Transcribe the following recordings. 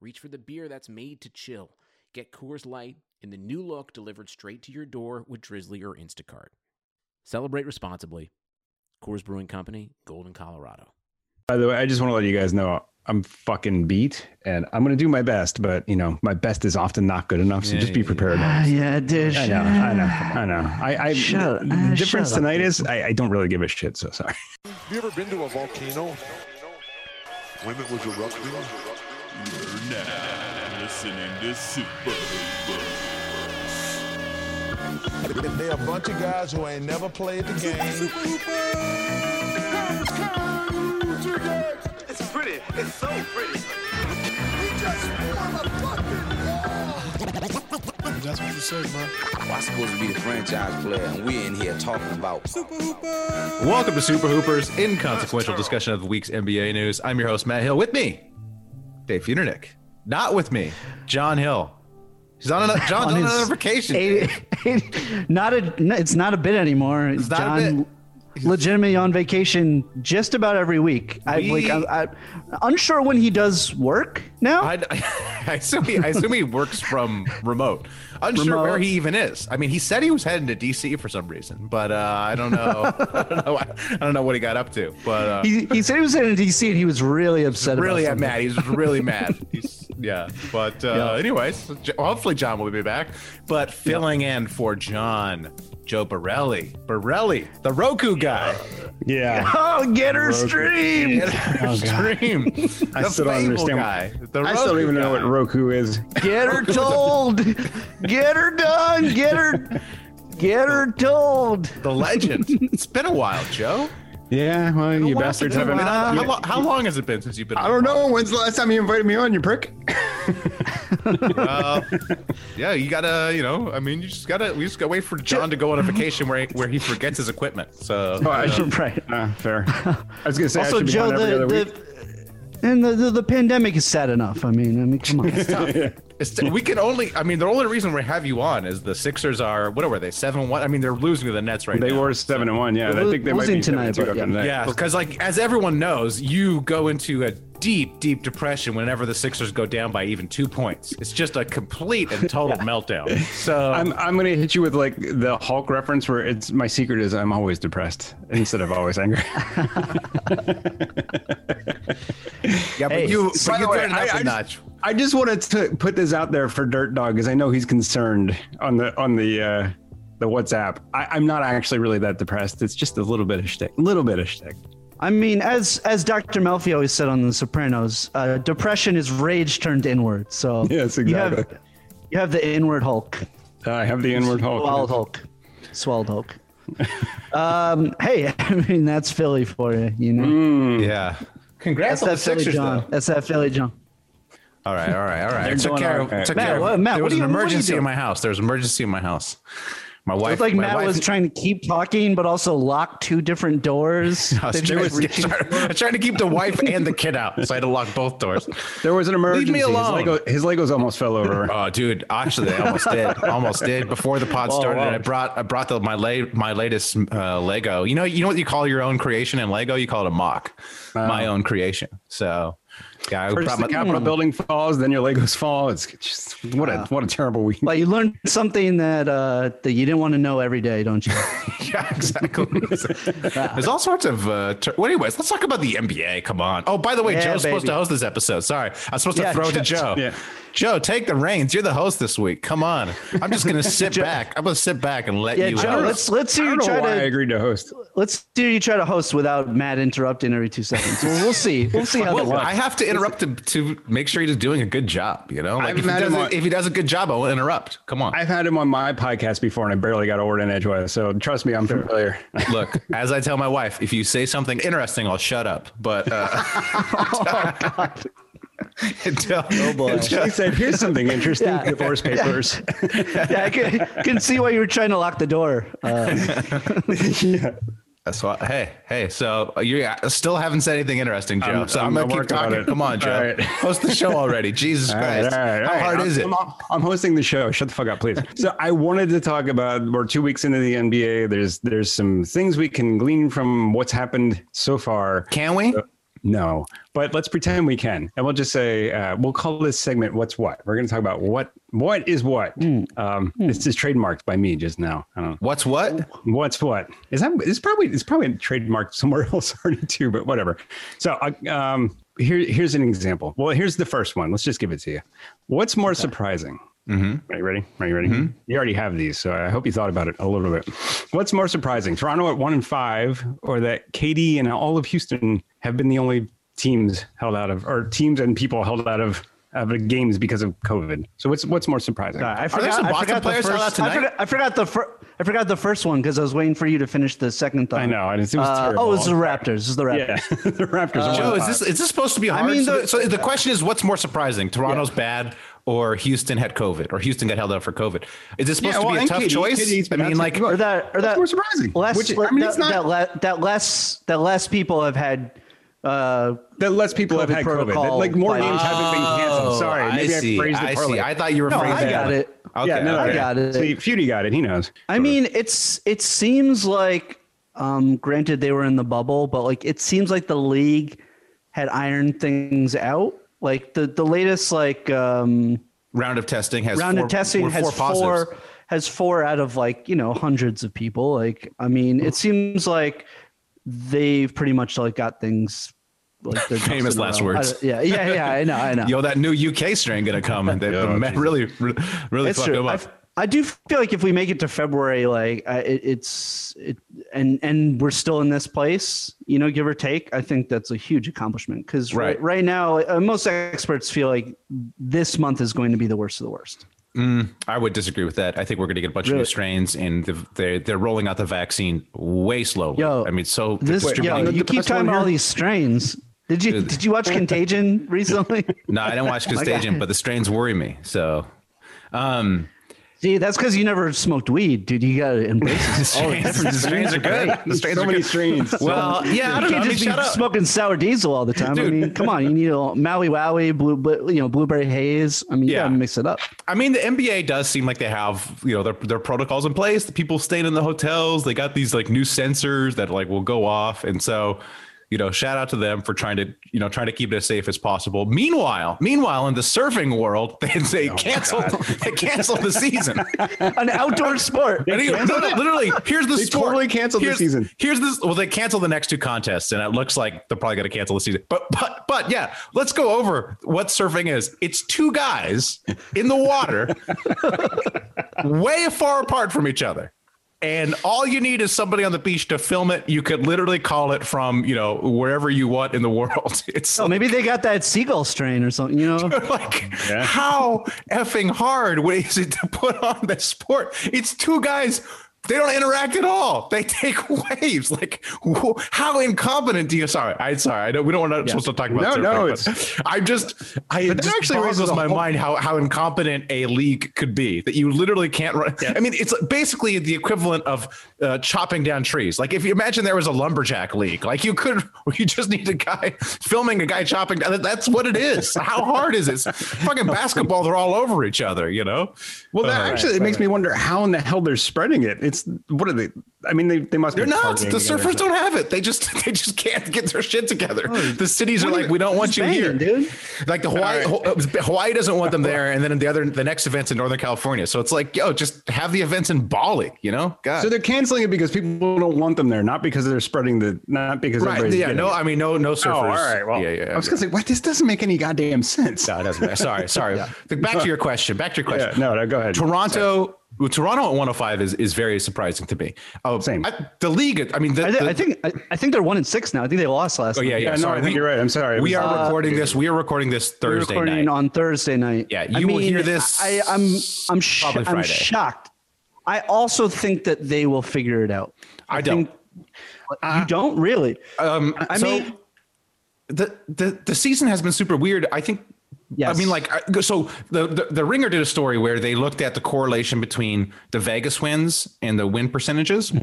reach for the beer that's made to chill. Get Coors Light in the new look delivered straight to your door with Drizzly or Instacart. Celebrate responsibly. Coors Brewing Company, Golden, Colorado. By the way, I just want to let you guys know I'm fucking beat and I'm going to do my best, but you know, my best is often not good enough. So Yeah, just be yeah, yeah. prepared. Ah, yeah, dude. I know, I know, I know. I, I Shut- the uh, difference shut up, tonight is I, I don't really give a shit. So sorry. You ever been to a volcano? When it was erupting? Now listening to Super They're a bunch of guys who ain't never played the game. It's pretty. It's so pretty. I'm supposed to be the franchise player, and we're in here talking about Welcome to Super Hoopers, inconsequential discussion of the week's NBA news. I'm your host, Matt Hill. With me, Dave Funernick. Not with me, John Hill. He's on another, John's on, his another vacation. not a. no, It's not a bit anymore. It's not a John, bit. legitimately on vacation just about every week. I We- like. I'm, I'm unsure when he does work now. I, I, I assume he, I assume he works from remote. Unsure Remote. where he even is. I mean, he said he was heading to DC for some reason, but uh, I don't know. I don't know. I don't know what he got up to. But uh, he, he said he was in DC and he was really upset. really about something. mad. He's really mad. He's yeah. But uh, Yeah. anyways, J- hopefully John will be back. But filling in for John, Joe Barelli, Barelli, the Roku guy, Yeah. Oh, get her Roku. Stream, stream. Oh, I the still don't Fable understand. Guy, the I still don't Roku even know guy. what Roku is. Get her told. Get her done. Get her. Get her told. The legend. it's been a while, Joe. Yeah. Well, you What bastards happened? haven't. I mean, you- how, lo- how long has it been since you've been? Uh, I don't on know. the When's the last time you invited me on, you prick? pod? Uh, yeah, you gotta, you know, I mean, you just gotta, we just gotta wait for John to go on a vacation where he, where he forgets his equipment. So Oh, I should. Right. Uh, fair. I was going to say, I also, should be Joe, on every the, other week. the and the, the the pandemic is sad enough. I mean, I mean, come on. It's, we can only. I mean, the only reason we have you on is the Sixers are. What were they? Seven one. I mean, they're losing to the Nets right They now. were seven and one. Yeah, We're I think they might losing be seven and tonight, two but after yeah. tonight. Yeah, because like as everyone knows, you go into a deep, deep depression whenever the Sixers go down by even two points. It's just a complete and total meltdown. So I'm I'm gonna hit you with like the Hulk reference where it's my secret is I'm always depressed instead of always angry. yeah, but Hey, you, by but you the way, turn it I- up I a notch. I just wanted to put this out there for Dirt Dog because I know he's concerned on the on the uh, the WhatsApp. I, I'm not actually really that depressed. It's just a little bit of shtick, little bit of shtick. I mean, as as Dr. Melfi always said on The Sopranos, uh, depression is rage turned inward. So Yes, you have- exactly. You have, the inward Hulk, Uh, I have the inward Hulk. swallowed Hulk, swallowed Hulk. um, hey, I mean that's Philly for you. You know, Mm. Hmm. Yeah. Congrats that's that Philly John. That's that Philly John. All right, all right, all right. took doing care all right. of. Took Matt, care of- what- Matt, there what was are an you- what are you emergency in doing? my house. There was an emergency in my house. My wife. It's like my Matt wife- was trying to keep talking, but also lock two different doors. I was, trying, They tried I was reaching- trying- I was trying to keep the wife and the kid out, so I had to lock both doors. There was an emergency. alone. His, Lego, his Legos almost fell over. Oh, dude! Actually, I almost did. Almost did before the pod Oh, started. And I brought I brought the, my la- my latest uh, Lego. You know, you know what you call your own creation in Lego? You call it a mock. my Oh. own creation. So, yeah, I First brought the my. Capitol building falls, then your Legos fall. It's just what a what a terrible week. Well, you learned something that uh, that you didn't want to know every day, don't you? Yeah, exactly. There's all sorts of. Uh, ter- well, anyways, let's talk about the NBA. Come on. Oh, by the way, Yeah, Joe's supposed baby. to host this episode. Sorry, I was supposed Yeah, to throw it to Joe. Joe- yeah. Joe, take the reins. You're the host this week. Come on. I'm just gonna sit back. I'm gonna sit back and let Yeah, you. Joe. host. Let's let's I hear you don't know try why I to agreed to host. let's do you try to host without Matt interrupting every two seconds. Well, we'll see. We'll see how that Well, works. I have to interrupt him to make sure he's doing a good job. You know, like I've if he, had him does a, on- if he does a good job, I will interrupt. Come on. I've had him on my podcast before, and I barely got a word in edgewise. So trust me, I'm familiar. Look, as I tell Oh, my wife, if you say something interesting, I'll shut up. But uh, until, Oh, boy. until- He said, "Here's something interesting: Yeah. divorce papers." yeah, I can, can see why you were trying to lock the door. Uh, yeah. That's why. Hey, hey. So you still haven't said anything interesting, Joe. I'm- so I'm, I'm gonna keep working on talking. it. Come on, Joe. All right. Host the show already. Jesus All right, Christ. all right, all How right. hard I'm- is it? I'm, I'm hosting the show. Shut the fuck up, please. so I wanted to talk about we're two weeks into the NBA. There's there's some things we can glean from what's happened so far. Can we? No, but let's pretend we can, and we'll just say uh, we'll call this segment "What's What." We're going to talk about what what is what. Um, This is trademarked by me just now. I don't know. What's what? What's what? Is that? It's probably it's probably trademarked somewhere else already too, but whatever. So I- um, here here's an example. Well, here's the first one. Let's just give it to you. What's more surprising? Are you ready? Are you ready? You already have these, so I hope you thought about it a little bit. What's more surprising, Toronto at one and five, or that KD and all of Houston have been the only teams held out of, or teams and people held out of of games because of COVID? So what's what's more surprising? I Are there forgot, some I Boston forgot the players held first. out I forgot, I forgot the fir- I forgot the first one because I was waiting for you to finish the second thought. I know, and it was terrible. oh, it's the Raptors. It's the Raptors. yeah, the Raptors. are Uh, Joe, one and is five. this is this supposed to be hard? mean, so, the- the, so the question is, what's more surprising? Toronto's bad, or Houston had COVID, or Houston got held out for COVID? Is this supposed Yeah, well, to be a and tough KD choice? KD's I been out mean, to- like, Or that, That's or that more surprising. Less, Which- I mean, that, it's not- that, le- that less that less people have had. Uh, that less people have COVID had COVID. That, protocol like more by- games haven't been canceled. Sorry, Oh, I maybe I, see. phrased it I poorly. see. I thought you were. Oh, No, phrasing I that got way. it. Okay, yeah, no, no, okay. I got it. See, Feudy got it. He knows. I mean, it's it seems like, um, granted they were in the bubble, but like it seems like the league had ironed things out. Like the the latest like um, Round of testing has round four, of testing were has four four, positives. has four out of like you know hundreds of people. Like I mean, it seems like they've pretty much like got things. Like their ducks Famous in a last row. I words. don't- Yeah, yeah, yeah. I know, I know. Yo, that new UK strain gonna come, and they, the Met really, really It's fucked true. them I, up. f- I do feel like if we make it to February, like I, it, it's it, and and we're still in this place, you know, give or take. I think that's a huge accomplishment because right. Right. right now, uh, most experts feel like this month is going to be the worst of the worst. I would disagree with that. I think we're going to get a bunch of new Really? strains, and the, they're they're rolling out the vaccine way slowly. Yo, I mean, so This they're yeah, distributing- you keep talking about all these strains. Did you did you watch Contagion recently? No, I didn't watch Contagion, but the strains worry me. So, um, See, that's because you never smoked weed, dude. You gotta embrace it. the strains, the strains are good. The strains so are many good. strains. Well, Uh, yeah, I don't You know. I can't mean, just shout be out. smoking sour diesel all the time. I Dude. mean, come on, you need a Maui Wowie, blue, blue, you know, blueberry haze. I mean, you Yeah. gotta mix it up. I mean, the NBA does seem like they have you know their their protocols in place. The people staying in the hotels, they got these like new sensors that like will go off, and so you know, shout out to them for trying to you know trying to keep it as safe as possible. Meanwhile, meanwhile, in the surfing world, they they canceled they canceled the season. An outdoor sport. And he- no, no, literally, here's the They sport. totally canceled the Here's- season. Here's this. Well, they canceled the next two contests, and it looks like they're probably going to cancel the season. But but but yeah, let's go over what surfing is. It's two guys in the water, way far apart from each other. And all you need is somebody on the beach to film it. You could literally call it from you know wherever you want in the world. It's Oh, maybe they got that seagull strain or something. You know, like Yeah. how effing hard is it to put on this sport it's two guys they don't interact at all they take waves like wh- how incompetent do you sorry i sorry i don't we don't want to supposed to talk about No, no, surfing, but i just i But it that just actually actually raises boggles a my whole- mind how how incompetent a league could be that you literally can't run i mean it's basically the equivalent of uh, chopping down trees like if you imagine there was a lumberjack league like you could you just need a guy filming a guy chopping down that's what it is how hard is it It's fucking basketball they're all over each other you know Well, that actually it makes me wonder how in the hell they're spreading it. It's what are they? I mean, they, they must They're be not. targeting The together. surfers don't have it. They just they just can't get their shit together. The cities are like, we don't want you here, banging, dude. Like the Hawaii, Hawaii doesn't want them there, and then the other the next events in Northern California. So it's like, yo, just have the events in Bali. You know, God. So they're canceling it because people don't want them there, not because they're spreading the, not because Right. everybody's Yeah. getting No, it. I mean, no, no Oh, surfers. all right. Well, yeah, yeah. I was gonna say, what? This doesn't make any goddamn sense. No, it doesn't matter. Sorry, sorry. Back to your question. Back to your question. Yeah, no, no, go ahead. Toronto, well, Toronto at 105 is, is very surprising to me. Oh, Same. I, the league. I mean, the, I, thi- the- I think I, I think they're one in six now. I think they lost last. Oh yeah, night. yeah. Yeah, no, sorry, I think you're right. I'm sorry. Uh, It We was- are recording this. We are recording this We're Thursday recording night. on Thursday night. Yeah, I you will mean, hear this I, I'm I'm sh- probably I'm Friday. shocked. I also think that they will figure it out. I don't. Uh-huh. think- you don't really. Um, I so- mean, the the the season has been super weird. I think. I Yes. mean, like, I- so the, the the Ringer did a story where they looked at the correlation between the Vegas wins and the win percentages, Hmm.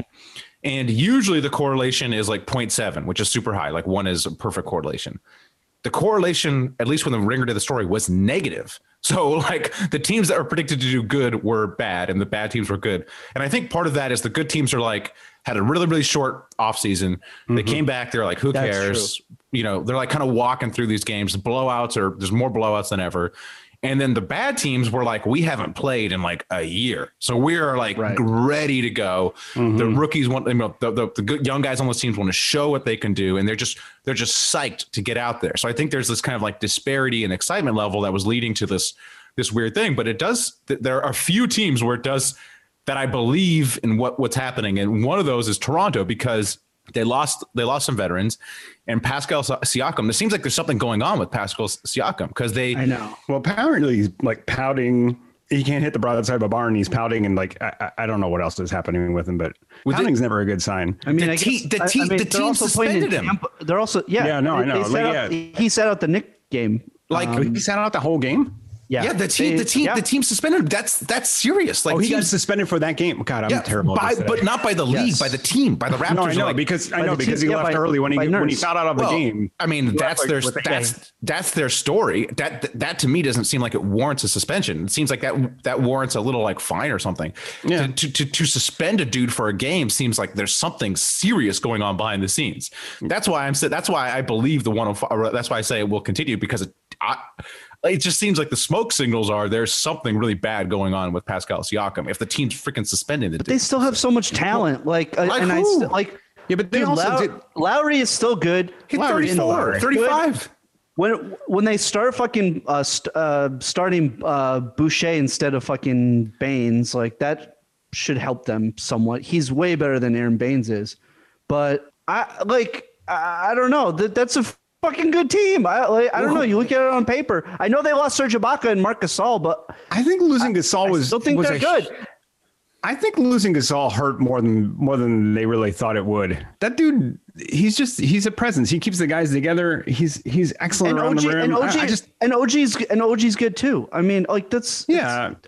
and usually the correlation is like 0.7, which is super high. Like one is a perfect correlation. The correlation, at least when the Ringer did the story, was negative. So like the teams that were predicted to do good were bad, and the bad teams were good. And I think part of that is the good teams are like had a really really short offseason. They came back. They're like, who Mm-hmm. That's cares? you know they're like kind of walking through these games blowouts or there's more blowouts than ever and then the bad teams were like we haven't played in like a year so we're like ready to go the rookies want you know, the, the, the good young guys on those teams want to show what they can do and they're just they're just psyched to get out there so i think there's this kind of like disparity and excitement level that was leading to this this weird thing but it does th- there are a few teams where it does that I believe in what what's happening, and one of those is Toronto because they lost they lost some veterans, and Pascal Si- Siakam. It seems like there's something going on with Pascal S- Siakam because they I know. Well, apparently he's like pouting. He can't hit the broadside of a barn. He's pouting, and like I, I I don't know what else is happening with him, but pouting's never a good sign. I mean, The I te- guess- the I- I te- mean, the they're team also playing in suspended him. Tampa. They're also yeah. Yeah, no, I they- know. they set Like, out- yeah. he set out the Nick game. like um, He sat out the whole game. Yeah, yeah the team They- the team yeah. the team suspended him. That's that's serious. Like Oh, he got teams- suspended for that game. God, I'm yeah, terrible. at by, this but today. not by the Yes. league, by the team, by the Raptors. no, I know Like, because I by know the because team- he yeah, left by- early when he by when he Nurse. fouled out of the well, game. I mean, that's like, their with the that's game. that's their story. That that- that to me doesn't seem like it warrants a suspension. It seems like that that warrants a little like fine or something. Yeah. To, to, to to suspend a dude for a game seems like there's something serious going on behind the scenes. That's why I'm sa- that's why I believe the 105 or that's why I say it will continue because it I, it just seems like the smoke signals are there's something really bad going on with Pascal Siakam. If the team's freaking suspending the They still have so much talent. Like, uh, Like and I who? still, like. Yeah, but they also Low- did- Lowry is still good. hit Lowry is still 34, good. 35. When when they start fucking uh, st- uh, starting uh, Boucher instead of fucking Baines, like that should help them somewhat. He's way better than Aaron Baines is, but I like I, I don't know that that's a fucking good team. I like, I don't know. You look at it on paper. I know they lost Serge Ibaka and Marc Gasol, but I think losing Gasol I was still think was they're a- good. I think losing Gasol hurt more than more than they really thought it would. That dude, he's just he's a presence. He keeps the guys together. He's he's excellent And around OG, the rim. and I- OG, I just and OG's and OG's good too. I mean, like that's yeah. it's,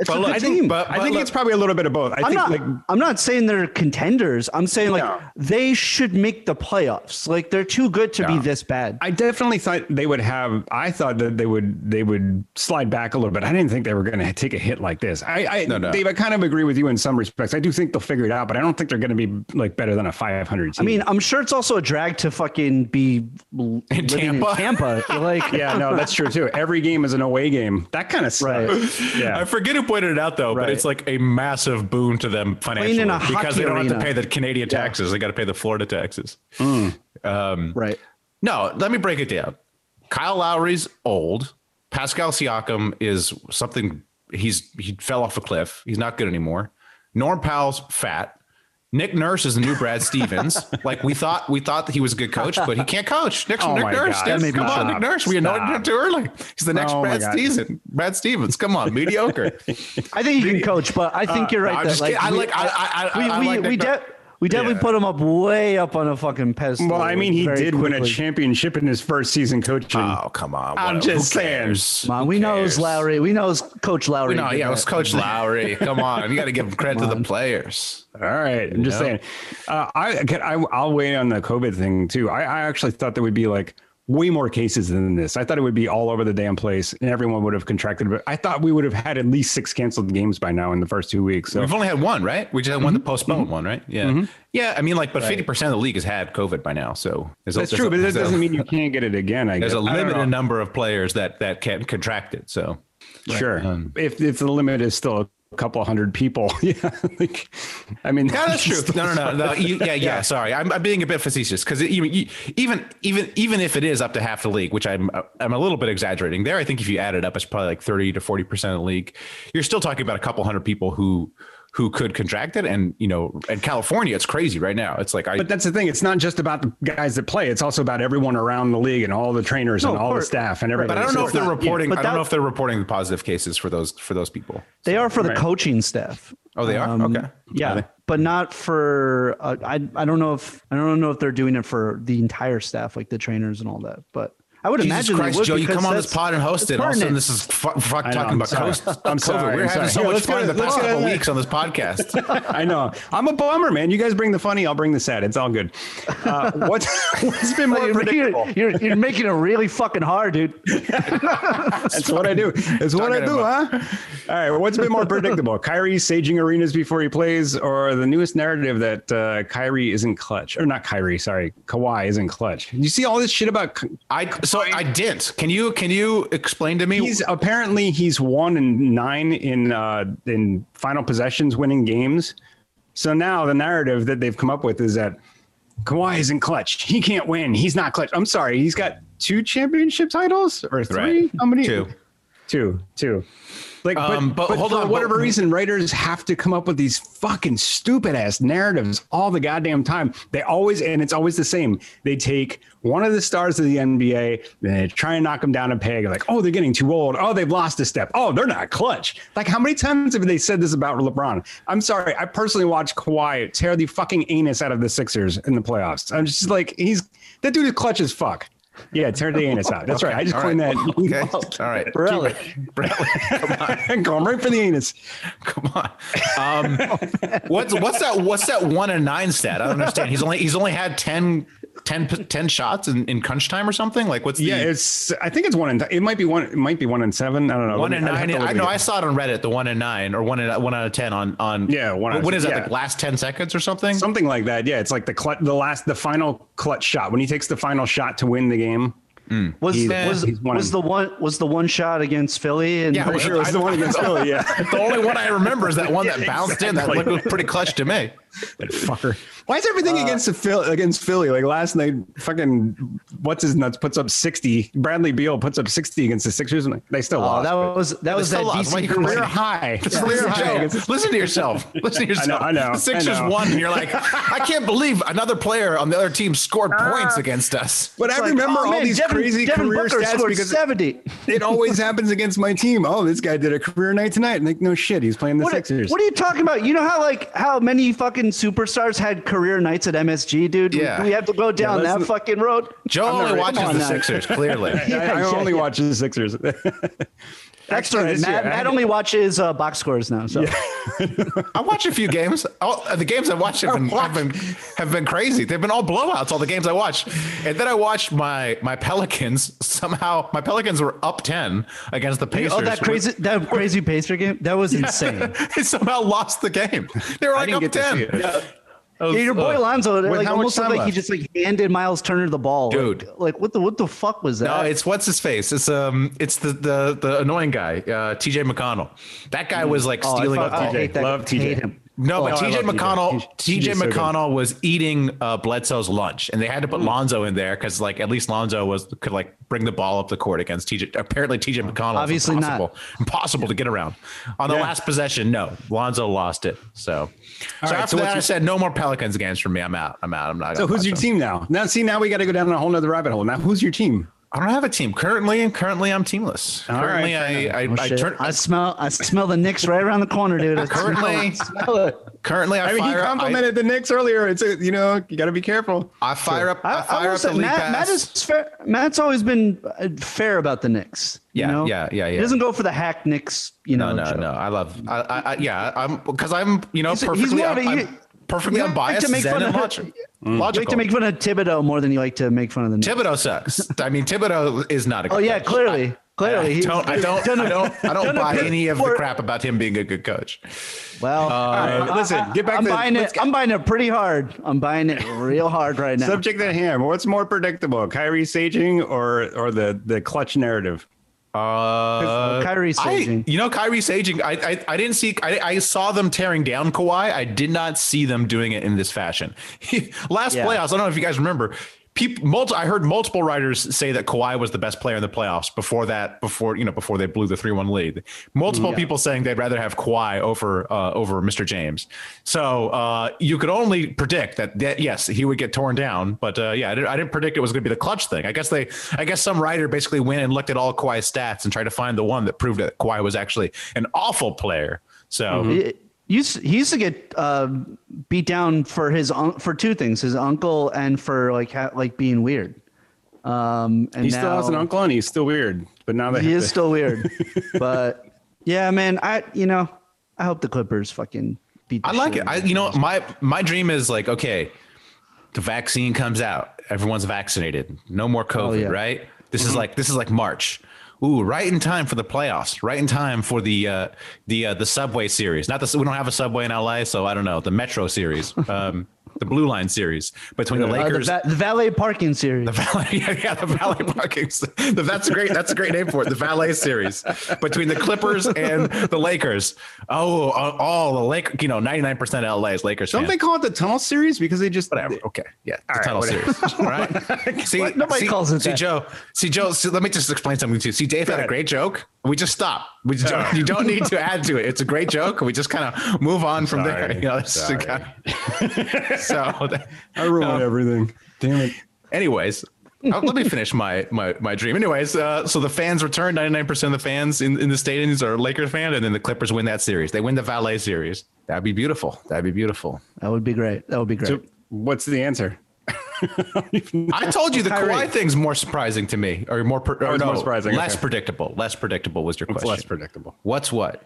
it's a But good look, I team. think- but- I think look- it's probably a little bit of both. I I'm think not. like I'm not saying they're contenders. I'm saying like No. they should make the playoffs. Like they're too good to be this bad. I definitely thought they would have. I thought that they would they would slide back a little bit. I didn't think they were going to take a hit like this. I, I No, no. Dave, I kind of agree with you in some respects. I do think they'll figure it out, but I don't think they're going to be like better than a 500 I team. mean, I'm sure it's also a drag to fucking be l- living in Tampa. Tampa. Like, yeah, no, that's true too. Every game is an away game. That kind of Right. Yeah. I forget who pointed it out though, Right. but it's like a massive boon to them financially in a because they hockey don't have arena. to pay the Canadian taxes; they got to pay the Florida taxes. right. No, let me break it down. Kyle Lowry's old. Pascal Siakam is something. He's he fell off a cliff. He's not good anymore. Norm Powell's fat. Nick Nurse is the new Brad Stevens. like we thought, we thought that he was a good coach, but he can't coach. Nick, Oh Nick my Nurse, God, yes, maybe come on, stop, Nick Nurse. We stop. anointed him too early. He's the next Oh my Brad God. Stevens. Brad Stevens, come on, mediocre. I think you can coach, but I think you're right. Uh, I'm that, just like, kidding. I we- like- I- I- I- we, I we, like we, Nick Nurse. de- we definitely Yeah. put him up way up on a fucking pedestal. Well, I mean, he very did win a quickly. championship in his first season coaching. Oh come on! I'm whatever. just Who saying. cares? Come on, Who we knows cares? Lowry. We knows Coach Lowry. We know, did yeah, it was that. Coach Lowry. Come on, you got to give credit to the players. All right, I'm just Yeah. saying. Uh, I, can- I I'll weigh in on the COVID thing too. I, I actually thought there would be like way more cases than this. I thought it would be all over the damn place, and everyone would have contracted. But I thought we would have had at least six canceled games by now in the first two weeks. So We've only had one, right? We just had one, the Mm-hmm. postponed one, right? Yeah, yeah. I mean, like, but fifty percent of the league has had COVID by now, so there's a- that's there's true, a- but that there's a- doesn't mean you can't get it again. I there's guess a I don't limited know. number of players that that can contract it. So Sure, if if the limit is still a couple hundred people, yeah. Like, I mean, Yeah, that's true. No, no, no, no. You, yeah, yeah, Sorry, I'm, I'm being a bit facetious because even even even even if it is up to half the league, which I'm I'm a little bit exaggerating there. I think if you add it up, it's probably like thirty to forty percent of the league. You're still talking about a couple hundred people who who could contract it. And you know, in California, it's crazy right now. It's like I But that's the thing. It's not just about the guys that play. It's also about everyone around the league and all the trainers No, and of all the course. staff and Right. everybody. But I don't So know if it's they're not- reporting. but I don't that- know if they're reporting the positive cases for those for those people. They are for the Right. coaching staff. Oh, they are? Okay. Um, Yeah, but not for. Uh, I I don't know if I don't know if they're doing it for the entire staff, like the trainers and all that. But I would Jesus imagine Christ, they would Joe! You because come on this that's- pod and host it's it. and All of a sudden, pertinent. this is fuck, fuck know, talking I'm about sorry. coast. I'm COVID. sorry, We're I'm having sorry. so Here, much let's go fun to- in the let's past go to couple the- weeks on this podcast. I know. I'm a bummer, man. You guys bring the funny. I'll bring the sad. It's all good. Uh, what's, what's been more predictable? You're, you're, you're making it really fucking hard, dude. That's what I do. That's what I Talking do, huh? about- All right. What's been more predictable? Kyrie saging arenas before he plays, or the newest narrative that uh, Kyrie isn't clutch, or not Kyrie? Sorry, Kawhi isn't clutch. You see all this shit about. K- I so I didn't. Can you can you explain to me? He's apparently he's one and nine in uh, in final possessions, winning games. So now the narrative that they've come up with is that Kawhi isn't clutch. He can't win. He's not clutch. I'm sorry. He's got two championship titles or three. Right. How many? Two. two, two. Like, but, Um, but, but hold for on, but- whatever reason, writers have to come up with these fucking stupid ass narratives all the goddamn time. They always, and it's always the same. They take one of the stars of the NBA, and they try and knock them down a peg. Like, oh, they're getting too old. Oh, they've lost a step. Oh, they're not clutch. Like, how many times have they said this about LeBron? I'm sorry. I personally watched Kawhi tear the fucking anus out of the Sixers in the playoffs. I'm just like, he's that dude is clutch as fuck. Yeah, tear the anus out. That's right. I just All coined right. that. Okay. All right. Really? Going right for the anus. Come on. Um, what's what's that? What's that one and nine stat? I don't understand. He's only he's only had 10, 10, 10 shots in, in crunch time or something. Like what's the Yeah, it's. I think it's one and it might be one. It might be one and seven. I don't know. one Let and me- I'd have nine? to look I at know it. I saw it on Reddit. The one and nine or one and one out of ten on on Yeah, one out of What is that? ten, Like yeah. last ten seconds or something? something like that. Yeah, it's like the clut, the last, the final clutch shot when he takes the final shot to win the game. Was He's- was, he's one was and- the one was the one shot against Philly? And Yeah, For Pretty sure, it's the one against Philly. Yeah, the only one I remember is that one that Yeah, bounced in. That exactly. looked pretty clutch to me. that fucker. Why is everything against the Phil against Philly? Like last night, fucking what's his nuts puts up sixty. Bradley Beal puts up sixty against the Sixers, and they still Oh, lost. that but- was that was that still lost. Why DC you Group. career high. Career high. Listen to yourself. Listen to yourself. I know, I know. The Sixers I know. won, and you're like, I can't believe another player on the other team scored points against us. Ah. But I It's like, remember oh, all man, these Devin- crazy Devin career Booker stats scored because 70. it always happens against my team. Oh, this guy did a career night tonight. Like, no shit, he's playing the What, Sixers. what are you talking about? You know how like how many fucking superstars had career nights at MSG, dude? We- Yeah. We, have to go down let's- that fucking road. Joe I'm only not- watches come on the now. Sixers, clearly. I, I yeah, only yeah. watch the Sixers. That's Actually, right. this year, Matt, I Matt had- only watches uh, box scores now. So I watch a few games. All, the games I watched have been, have been have been crazy. They've been all blowouts. All the games I watched, and then I watched my my Pelicans. Somehow, my Pelicans were up ten against the Pacers. oh, that crazy that crazy Pacer game that was insane. They somehow lost the game. They were like didn't get up to see ten. it. I was- uh, Yeah, your boy ugh. Lonzo, With like how much almost time looked like he left? just like handed Miles Turner the ball, Like- Dude. Like, what the what the fuck was that? No, Uh, it's what's his face. It's um, it's the the the annoying guy, uh, T.J. McConnell. That guy was like Oh, I stealing. fuck- I up. hate that. Love I TJ. hate him. No, but Oh, I T.J. love McConnell, T.J. T.J. He's so good. Mm. McConnell was eating uh, Bledsoe's lunch, and they had to put Lonzo in there because like at least Lonzo was could like bring the ball up the court against T.J. Apparently, T.J. Oh, McConnell Obviously is not. impossible, impossible to get around. On the last possession, no, Lonzo lost it. So, so right, after so that, what's I your- said no more Pelicans games for me. I'm out. I'm out. I'm not. so gonna who's watch your them. team now? Now, see, now we got to go down a whole nother rabbit hole. Now, who's your team? I don't have a team currently. Currently, I'm teamless. All currently, right, fair I I, Oh, I shit. turn. I smell I smell the Knicks right around the corner, dude. I smell Currently- it. smell it. currently, I, I mean, fire. he I, complimented the Knicks earlier. It's a, you know, you got to be careful. I fire up. I, I, I fire will up the say league Matt, pass. Matt is fair. Matt's always been uh, fair about the Knicks. you Yeah, know? yeah, yeah, He yeah. doesn't go for the hack Knicks. You No, know, no, joke. no. I love. I, I, I yeah. I'm because I'm. You know, He's- he's perfectly. more of I'm, a- I'm you- perfectly you like to unbiased. make zen fun and of- logical. You like logical. to make fun of Thibodeau more than you like to make fun of the Knicks. Thibodeau sucks. I mean, Thibodeau is not a. Good oh yeah, coach. clearly, clearly. I he's- don't. I don't. I don't. I don't done a buy good any of the work. crap about him being a good coach. Well, Uh, right, listen, get back I'm to- buying let's it. I'm buying it pretty hard. I'm buying it real hard right now. Subject at hand. What's more predictable, Kyrie saging or or the the clutch narrative? Uh, Kyrie I, saging. you know, Kyrie saging. I, I, I didn't see. I, I saw them tearing down Kawhi. I did not see them doing it in this fashion. Last Yeah. playoffs, I don't know if you guys remember. people, multi, I heard multiple writers say that Kawhi was the best player in the playoffs before that, before you know, before they blew the three-one lead. Multiple people saying they'd rather have Kawhi over uh, over Mr. James. So uh, you could only predict that, that yes, he would get torn down. But uh, yeah, I didn't, I didn't predict it was going to be the clutch thing. I guess they, I guess some writer basically went and looked at all Kawhi's stats and tried to find the one that proved that Kawhi was actually an awful player. So. It- used he used to get uh, beat down for his un- for two things, his uncle and for like ha- like being weird. Um, and He still has an now- uncle and he's still weird, but now they He have is to- still weird, but yeah, man. I you know I hope the Clippers fucking beat. the I like shit it. out I of you them. know my my dream is like okay, the vaccine comes out, everyone's vaccinated, no more COVID, Oh, yeah. Mm-hmm. right? This is like this is like March. Ooh, right in time for the playoffs. Right in time for the uh, the uh, the subway series. Not the we don't have a subway in LA, so I don't know the Metro series, um, the Blue Line series between the Uh, the, Lakers. va- the valet parking series. The valet, yeah, yeah, the valet parking. s- the- That's a great. That's a great name for it. The valet series between the Clippers and the Lakers. Oh, all all the Lakers. You know, ninety nine percent LA is Lakers. Don't fan. they call it the tunnel series because they just Whatever. Okay. Yeah. The right, tunnel whatever. series. All right. See, What? Nobody see, calls it see, that. Joe. See, Joe. See, let me just explain something to you. See, Dave had a ahead. great joke. We just stop. We just don't, you don't need to add to it. It's a great joke. We just kind of move on from there. Sorry. You know, it's just kinda- so that- I ruin Uh, everything. Damn it. Anyways, uh, let me finish my my my dream. Anyways, uh, so the fans return. Ninety nine percent of the fans in, in the stadiums are Lakers fan, and then the Clippers win that series. They win the valet series. That'd be beautiful. That'd be beautiful. That would be great. That would be great. So what's the answer? I told you the Kyrie. Kawhi thing's more surprising to me, or more, per, or Oh, it's no, more surprising, less okay. predictable. Less predictable was your What's question. less predictable? What's what?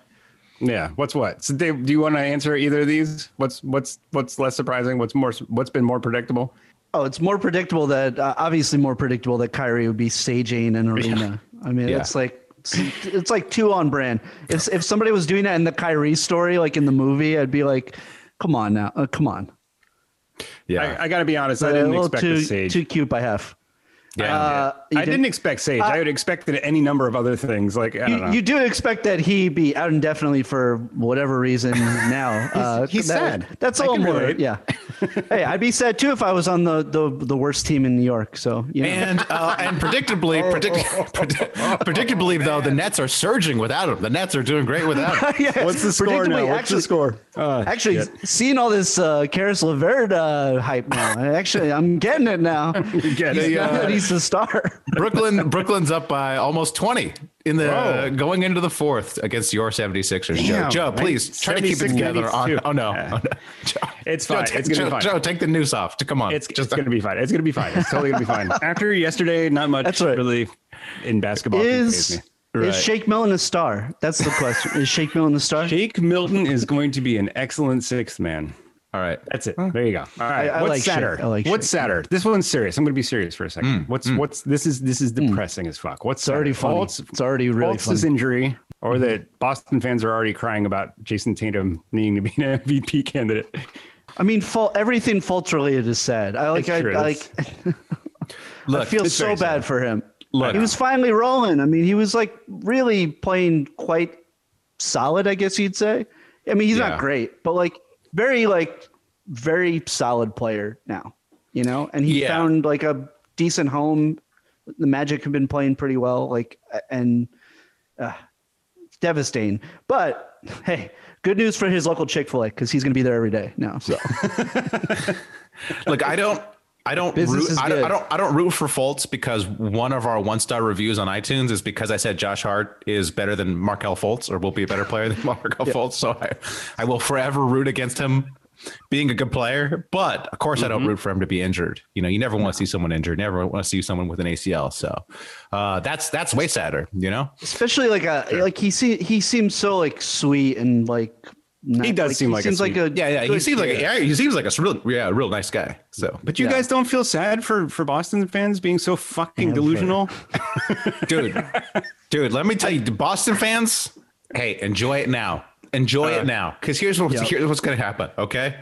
Yeah. What's what? So Dave, do you want to answer either of these? What's what's what's less surprising? What's more? What's been more predictable? Oh, it's more predictable that uh, obviously more predictable that Kyrie would be staging an arena. I mean, Yeah. it's like it's like two on brand. If if somebody was doing that in the Kyrie story, like in the movie, I'd be like, "Come on now, uh, come on." Uh, I, I got to be honest. I a didn't little expect too, the sage. Too cute by half. yeah. Uh, you Uh, I didn't, expect sage. I would expect it any number of other things. Like I don't know. You, you do expect that he be out indefinitely for whatever reason now. uh, he's that- sad. That's a I little can more. relate. Yeah. hey, I'd be sad too if I was on the the, the worst team in New York. So you know. and uh, and predictably, predict, predict- predictably though, the Nets are surging without him. The Nets are doing great without him. Yes, What's the score now? predictably, What's actually, the score? Uh, Actually, shit. seeing all this uh, Karis LeVert uh, hype now, actually, I'm getting it now. getting he's, it. now Yeah. that he's the star. Brooklyn Brooklyn's up by almost twenty in the uh, Whoa. going into the fourth against your 76ers. Damn, Joe, Joe, man. please try to keep it 76, together. On, 92. oh no, Yeah. oh, no. Joe, It's Joe, fine. take- It's gonna be Joe, fine. Joe, take the news off. Come on, it's, it's gonna be fine. It's gonna be fine. It's totally gonna be fine. After yesterday, not much That's right. really in basketball can Is faze me. Right. is Shake Milton a star? That's the question. Is Shake Milton a star? Jake Milton is going to be an excellent sixth man. all right. That's it. There you go. All right. I what's like Shaq. sadder? I like what's Shaq. sadder? This one's serious. I'm going to be serious for a second. what's what's this is this is depressing as fuck. What's Mm. It's already sadder? funny. Fultz- it's already really Fultz's funny. Mm-hmm. injury, or that Boston fans are already crying about Jason Tatum needing to be an MVP candidate. I mean, fault, everything faults related is sad. I like. It's I, true. I That's- like. I feel it's so very bad for him. Look. he was finally rolling. I mean, he was like really playing quite solid. I guess you'd say. I mean, he's Yeah. not great, but like very like very solid player now. You know, and he Yeah. found like a decent home. The Magic have been playing pretty well. Like and it's devastating. But hey, good news for his local Chick Fil A because he's going to be there every day now. So Look, I don't. I don't, Business root, is I, don't, I good. don't. I don't root for Fultz because one of our one star reviews on iTunes is because I said Josh Hart is better than Markel Fultz or will be a better player than Markel Fultz. So I, I will forever root against him being a good player. But of course, I Mm-hmm. don't root for him to be injured. You know, you never want to see someone injured. Never want to see someone with an ACL. So uh, that's that's way sadder. You know, especially like a like he see he seems so like sweet and like not- He does seem like a seems like sweet- a yeah, yeah. He good seems like a, kid. yeah, he seems like a real yeah, a real nice guy. So, But you Yeah. guys don't feel sad for for Boston fans being so fucking delusional. dude dude let me tell you the boston fans hey enjoy it now enjoy it now because here's, what, here's what's gonna happen okay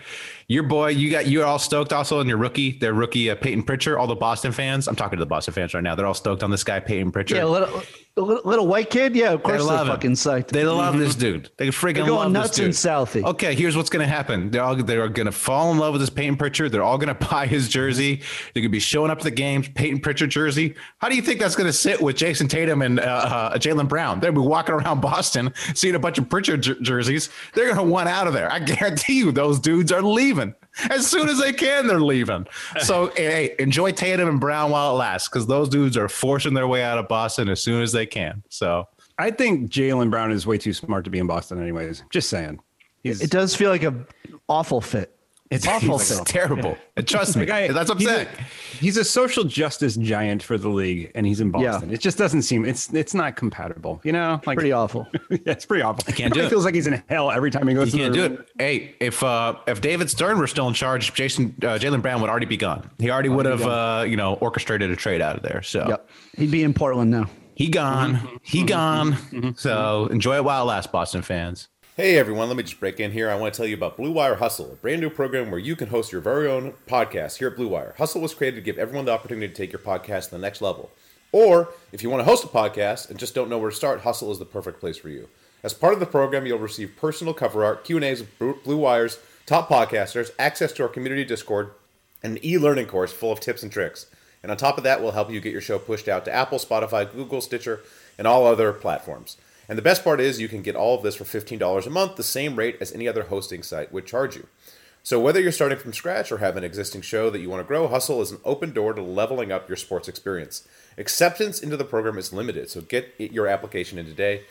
your boy you got you're all stoked also on your rookie their rookie uh, peyton pritchard all the boston fans i'm talking to the boston fans right now they're all stoked on this guy peyton pritchard Yeah, let, The li- little white kid? Yeah, of They course they are love him. fucking psyched. Mm-hmm. They love this dude. They freaking They're going love nuts in this dude. Southie. Okay, here's what's gonna happen. They're all they're gonna fall in love with this Peyton Pritchard. They're all gonna buy his jersey. They're gonna be showing up to the games, Peyton Pritchard jersey. How do you think that's gonna sit with Jason Tatum and uh, uh, Jalen Brown? They'll be walking around Boston, seeing a bunch of Pritchard jer- jerseys. They're gonna want out of there. I guarantee you, those dudes are leaving as soon as they can. They're leaving. So hey, enjoy Tatum and Brown while it lasts, because those dudes are forcing their way out of Boston as soon as they can. So. I think Jalen Brown is way too smart to be in Boston, anyways. Just saying. He's It does feel like a awful fit. it's awful he's It's So- terrible. And trust me, a guy- that's he's a- upset. He's a social justice giant for the league, and he's in Yeah. Boston. It just doesn't seem it's it's not compatible. You know, like Pretty awful. yeah, it's pretty awful. I can't do it. feels like he's in hell every time he goes. You to the can't do it. Hey, if uh, if David Stern were still in charge, Jason uh, Jalen Brown would already be gone. He already would have uh, you know orchestrated a trade out of there. So Yep. He'd be in Portland now. he gone. He gone. So enjoy it while it lasts, Boston fans. Hey everyone, let me just break in here. I want to tell you about Blue Wire Hustle, a brand new program where you can host your very own podcast here at Blue Wire. Hustle was created to give everyone the opportunity to take your podcast to the next level. Or if you want to host a podcast and just don't know where to start, Hustle is the perfect place for you. As part of the program, you'll receive personal cover art, Q&As with Blue Blue Wire's top podcasters, access to our community Discord, and an e-learning course full of tips and tricks. And on top of that, we'll help you get your show pushed out to Apple, Spotify, Google, Stitcher, and all other platforms. And the best part is you can get all of this for $15 a month, the same rate as any other hosting site would charge you. So whether you're starting from scratch or have an existing show that you want to grow, Hustle is an open door to leveling up your sports experience. Acceptance into the program is limited, so get your application in today.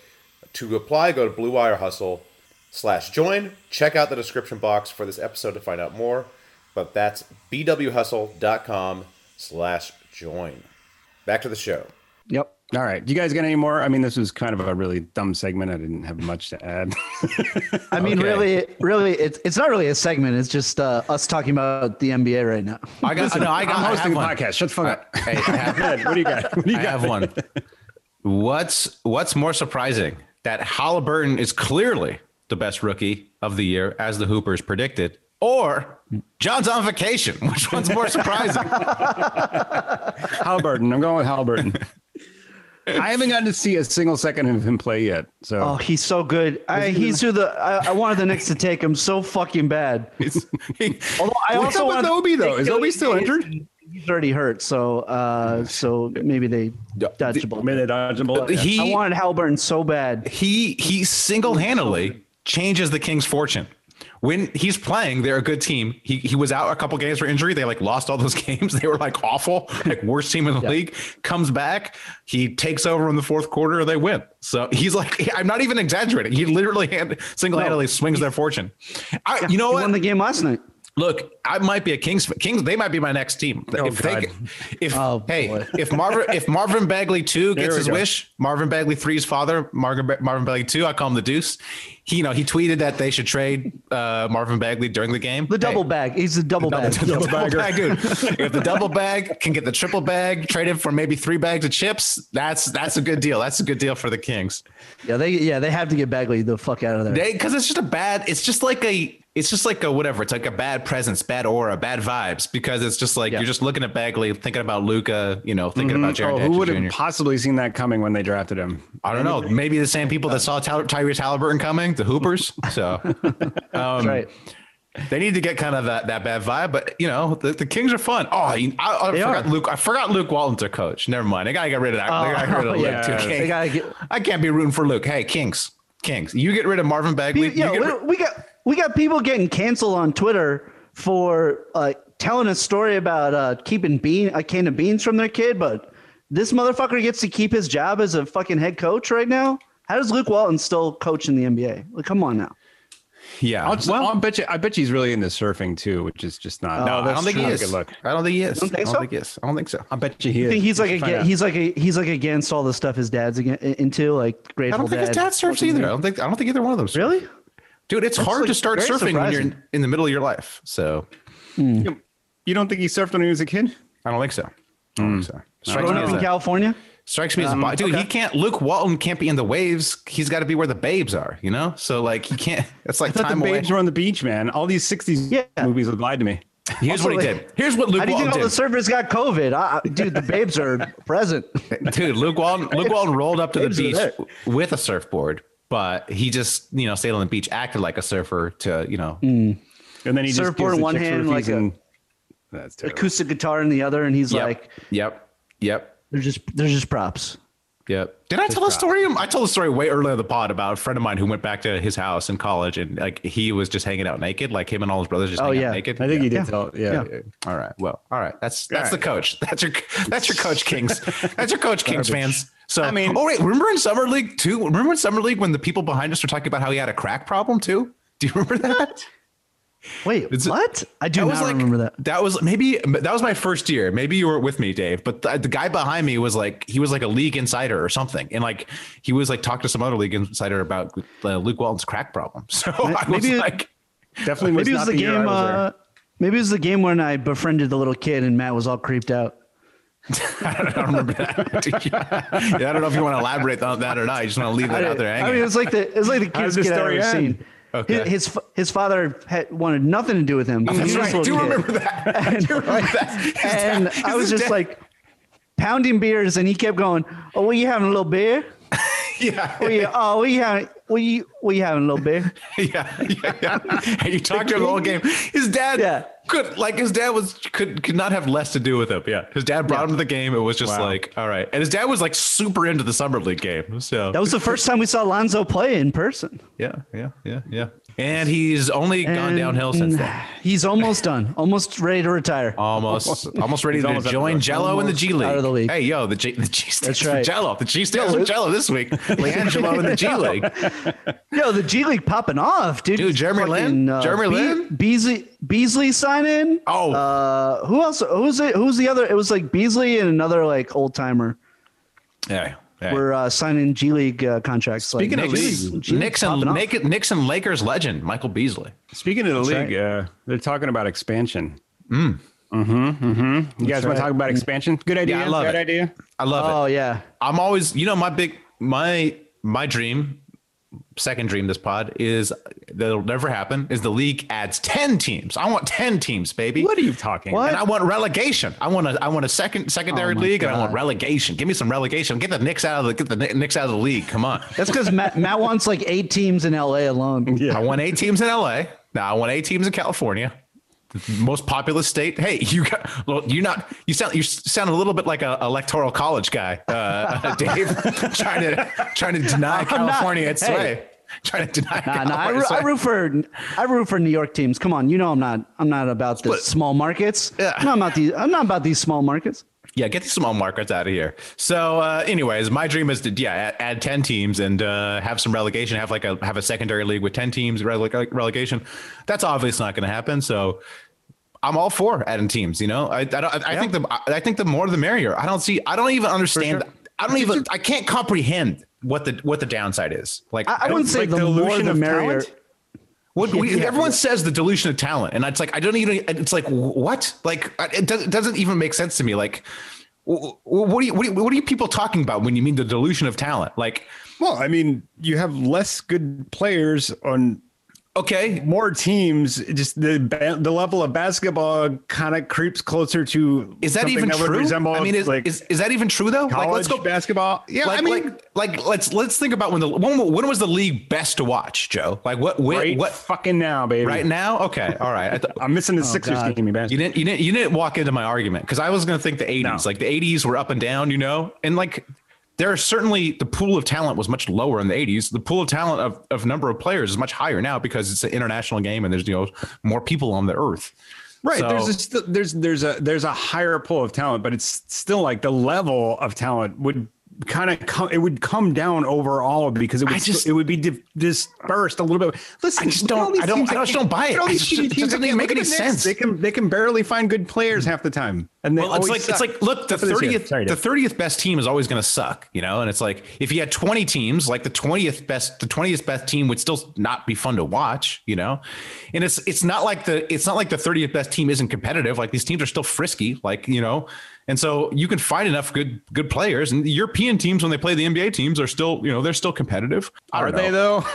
To apply, go to Blue Wire Hustle slash join. Check out the description box for this episode to find out more. But that's bwhustle.com slash join. Back to the show. Yep. All right, you guys got any more? I mean, this was kind of a really dumb segment. I didn't have much to add. I mean, Okay. really, really, it's it's not really a segment. It's just uh, us talking about the NBA right now. I got. no, I got. I'm I hosting have a one. podcast. Shut the fuck up. Hey, I have, Go ahead. What do you got? What do you I got? have one. What's What's more surprising that Halliburton is clearly the best rookie of the year, as the Hoopers predicted, or John's on vacation? Which one's more surprising? Halliburton. I'm going with Halliburton. I haven't gotten to see a single second of him play yet. So Oh, he's so good. I, he's who the I, I wanted the Knicks to take him so fucking bad. Although I What's also up with wanted- Obi though? they Is still- Obi still injured? He's already hurt, so uh, so maybe they dodged the ball. Minute dodgeable. Yeah. he I wanted Halliburton so bad. he he single-handedly changes the Kings' fortune. When he's playing, they're a good team. He he was out a couple games for injury. They like lost all those games. They were like awful, like worst team in the league. Comes back, he takes over in the fourth quarter. They win. So he's like, I'm not even exaggerating. He literally hand, single-handedly swings their fortune. I, you know He what? won the game last night. Look, I might be a Kings. Kings, they might be my next team. if God. they, if Oh, hey, boy. if Marvin, if Marvin Bagley two There gets we his go. wish, Marvin Bagley three's father, Marvin, Ba- Marvin Bagley two, I call him the Deuce. He, you know, he tweeted that they should trade uh, Marvin Bagley during the game. The Hey, double bag. He's the double bag. the double bag, dude. if the double bag can get the triple bag, trade it for maybe three bags of chips. That's that's a good deal. That's a good deal for the Kings. Yeah, they yeah they have to get Bagley the fuck out of there. They because it's just a bad. It's just like a. It's just like a whatever. It's like a bad presence, bad aura, bad vibes. Because it's just like Yeah. Mm-hmm. you're just looking at Bagley, thinking about Luca, you know, thinking about Jared Oh, who would Jackson have Jr. possibly seen that coming when they drafted him? I don't know. Maybe the same people that saw Tyler, Tyrese Halliburton coming, the Hoopers. So That's right. they need to get kind of that, that bad vibe. But you know, the, the Kings are fun. Oh, you- I, I They forgot are. Luke. I forgot Luke Walton's their coach. Never mind. I gotta get rid of that. I gotta get rid of Oh, Luke yeah. too. They gotta get- I can't be rooting for Luke. Hey, Kings, Kings, you get rid of Marvin Bagley. Pe- yeah, you get we, rid- we got we got people getting canceled on Twitter for uh, telling a story about uh, keeping bean a can of beans from their kid, but this motherfucker gets to keep his job as a fucking head coach right now. How does Luke Walton still coach in the NBA? Like, come on now. yeah. I'll, just, I'll bet you. I bet you he's really into surfing too, which is just not. No, I don't think he not a is. Good look. I don't think he is. think I don't so? think he is. I don't think so. I bet you he is. I think he's like Let's find against, out. he's like a, he's like against all the stuff his dad's aga into, like I Grateful don't think his Dead. dad surfs either. I don't think I don't think either one of them. surfs. Really? dude, it's hard like, to start very surfing when you're in, surprising. in the middle of your life. So Hmm. You don't think he surfed when he was a kid? I don't think so. I don't think so. Strikes Growing me up as in a- California. Strikes me as a bo- dude. He can't. Luke Walton can't be in the waves. He's got to be where the babes are. You know. So like he can't. It's like I thought time the away. babes were on the beach, man. All these '60s Yeah. movies would lie to me. Here's Also, what he like, did. Here's what Luke How do you Walton think all did. the servers got COVID? I, I- dude, the babes are present. Dude, Luke Walton, Luke Walton rolled up to the Babes are beach there. with a surfboard, but he just, you know, stayed on the beach, acted like a surfer to, you know, And then he just gives Surfboard in the one chick sort hand, of like a- reason- That's terrible. Acoustic guitar in the other, and he's yep, like, yep, yep, they're just they're just props. yep. Did I tell a story? I told a story way earlier in the pod about a friend of mine who went back to his house in college and like he was just hanging out naked, like him and all his brothers just Oh, hanging yeah. out naked. I think yeah. he did tell. Yeah. Yeah. All right. Well, all right. That's that's right. the coach. That's your that's your coach Kings. That's your coach Kings fans. So I mean- mean, oh wait, remember in summer league too? Remember in summer league when the people behind us were talking about how he had a crack problem too? Do you remember that? Wait, It's- what? I do that not remember that. was maybe that was my first year. Maybe you were with me, Dave. But the, the guy behind me was like he was like a league insider or something, and like he was like talking to some other league insider about uh, Luke Walton's crack problem. So I was maybe- like, Definitely was Maybe it not was the year I game. was there. Uh, maybe it was the game when I befriended the little kid and Matt was all creeped out. I don't remember that. yeah, I don't know if you want to elaborate on that or not. You just want to leave that out there. I mean, it Hanging. was like the it was like the How does cutest this kid I've story ever end? seen. Okay. His, his fa- his father had wanted nothing to do with him. That's He was right. a little Do you kid. remember that? And, Do you remember that? His dad- and his I was just dad- like pounding beers, and he kept going. Oh, what you having a little beer? yeah, What you, oh, what you having? What you what you having a little beer? yeah, yeah, yeah. And you talked to him the whole game. His dad Yeah. could like his dad was could could not have less to do with him. Yeah, his dad brought him to the game. It was just like all right, and his dad was like super into the summer league game. So That was the first time we saw Lonzo play in person. yeah, yeah, yeah, yeah. And he's only gone And downhill since then. He's almost done, almost ready to retire. Almost, almost ready He's to almost out the join door. Jello in the G League. Almost out of the league. Hey, yo, the G, the G stands That's for right. Jello. The G stands for Jello this week. LiAngelo in the G League. Yo, the G League popping off, dude. uh, Dude, Jeremy Lin? Jeremy Lin? Beasley, Beasley sign in. Oh. uh, who else? Who's it? Who's the other? It was like Beasley and another like old timer Yeah. yeah. were uh, signing G League uh, contracts. Speaking like, of G League- league, G League's Knicks and, popping off. Nick- Knicks and Lakers legend Michael Beasley. Speaking of the That's league, uh, they're talking about expansion. Hmm. Mm. Mm-hmm. Mm-hmm. You guys want right. to talk about expansion? Good idea. I love Bad it. idea. I love it. Oh yeah, I'm always, you know, my big my my dream, second dream this pod is that'll never happen is the league adds 10 teams. I want 10 teams, baby. What are you talking? about? What? And I want relegation. I want a I want a second secondary Oh my league and I want God. relegation. Give me some relegation. Get the Knicks out of the get the Knicks out of the league. Come on. that's because Matt, Matt wants like eight teams in LA alone. I want eight teams in LA. Now I want eight teams in California. The most populous state. Hey, you got well, you're not you sound you sound a little bit like a electoral college guy, uh, Dave, trying to trying to deny California its hey. sway. Trying to deny Nah, nah, I, California ro- its I sway. root for I root for New York teams. Come on, you know I'm not I'm not about the small markets. Yeah. I'm not about these I'm not about these small markets. Yeah, get these small markets out of here. So, uh, anyways, my dream is to yeah add, add ten teams and uh, have some relegation, have like a have a secondary league with ten teams rele- relegation. That's obviously not going to happen. So, I'm all for adding teams. You know, I I, don't, I, I think the I think the more the merrier. I don't see. I don't even understand. I don't even. I can't comprehend what the what the downside is. Like I, I don't- wouldn't say like the more dilution the of merrier. talent? what we, Yeah. everyone says the dilution of talent, and it's like I don't even. It's like what? Like it, does, it doesn't even make sense to me. Like, wh- wh- what do you what, do you, what are you people talking about when you mean the dilution of talent? Like, Well, I mean, you have less good players on okay, more teams. Just the ba- the level of basketball kind of creeps closer to is that something even would true? resemble, I mean, is, like is is that even true though? college Like, let's go. basketball. Yeah, like, I mean, like, like, let's let's think about when the when, when was the league best to watch, Joe? Like, what when, right what fucking now, baby? right now? Okay, all right. I th- I'm missing the Sixers God. game, you bastard. You didn't, you didn't, you didn't walk into my argument because I was going to think the 80s, like the 80s were up and down, you know, and like there are certainly the pool of talent was much lower in the 80s. The pool of talent of, of number of players is much higher now because it's an international game and there's, you know, more people on the earth. Right. So- there's a st- there's there's a there's a higher pull of talent, but it's still like the level of talent would kind of come it would come down overall because it would I st- just- it would be di- dispersed a little bit. Listen, I just look at don't- all these I don't- teams I that just can't- don't buy it. look at all I these just- shitty it teams doesn't that even can't- make look at any the Knicks. sense. They can they can barely find good players half the time. And they Well, it's always like suck. it's like look, the Except for this year. thirtieth, Sorry, the Dave. thirtieth best team is always going to suck, you know. And it's like if you had twenty teams, like the twentieth best, the twentieth best team would still not be fun to watch, you know. And it's it's not like the it's not like the thirtieth best team isn't competitive. Like these teams are still frisky, like you know. And so you can find enough good good players. And the European teams, when they play the NBA teams, are still you know they're still competitive. I are don't know. they though?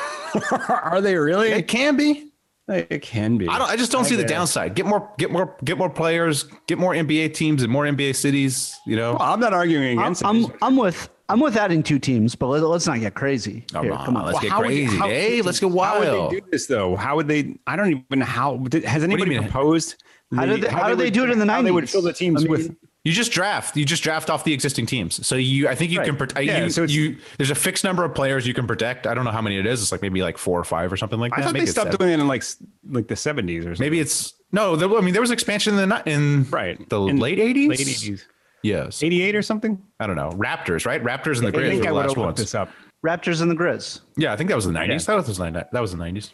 are they really? They can be. It can be. I don't. I just don't see the guess. downside. Get more, get more, get more players. Get more NBA teams and more NBA cities. You know, Well, I'm not arguing I'm, against it. I'm I'm with I'm with adding two teams, but let, let's not get crazy. Come Here, on, come on. let's get how would- crazy, how- hey, let's get How would wild. they do this though? How would they? I don't even know how. Did, has you anybody mean? proposed? How did they- how did they would- do it in the how They would 90s? fill the teams I mean- with. You just draft. You just draft off the existing teams. So you, I think you Right. can protect. Yeah, you, so it's- you, there's a fixed number of players you can protect. I don't know how many it is. It's like maybe like four or five or something like I that. thought Maybe they it's stopped seven. doing it in like s- like the 70s or something. Maybe it's no. There, I mean, there was expansion in the ni- in right the In late '80s. late 80s, Yes. 88 or something. I don't know. Raptors, right? Raptors and the I Grizz were think the I would last have looked ones. this up. Raptors and the Grizz. Yeah, I think that was the '90s. That was the '90s. That was the '90s.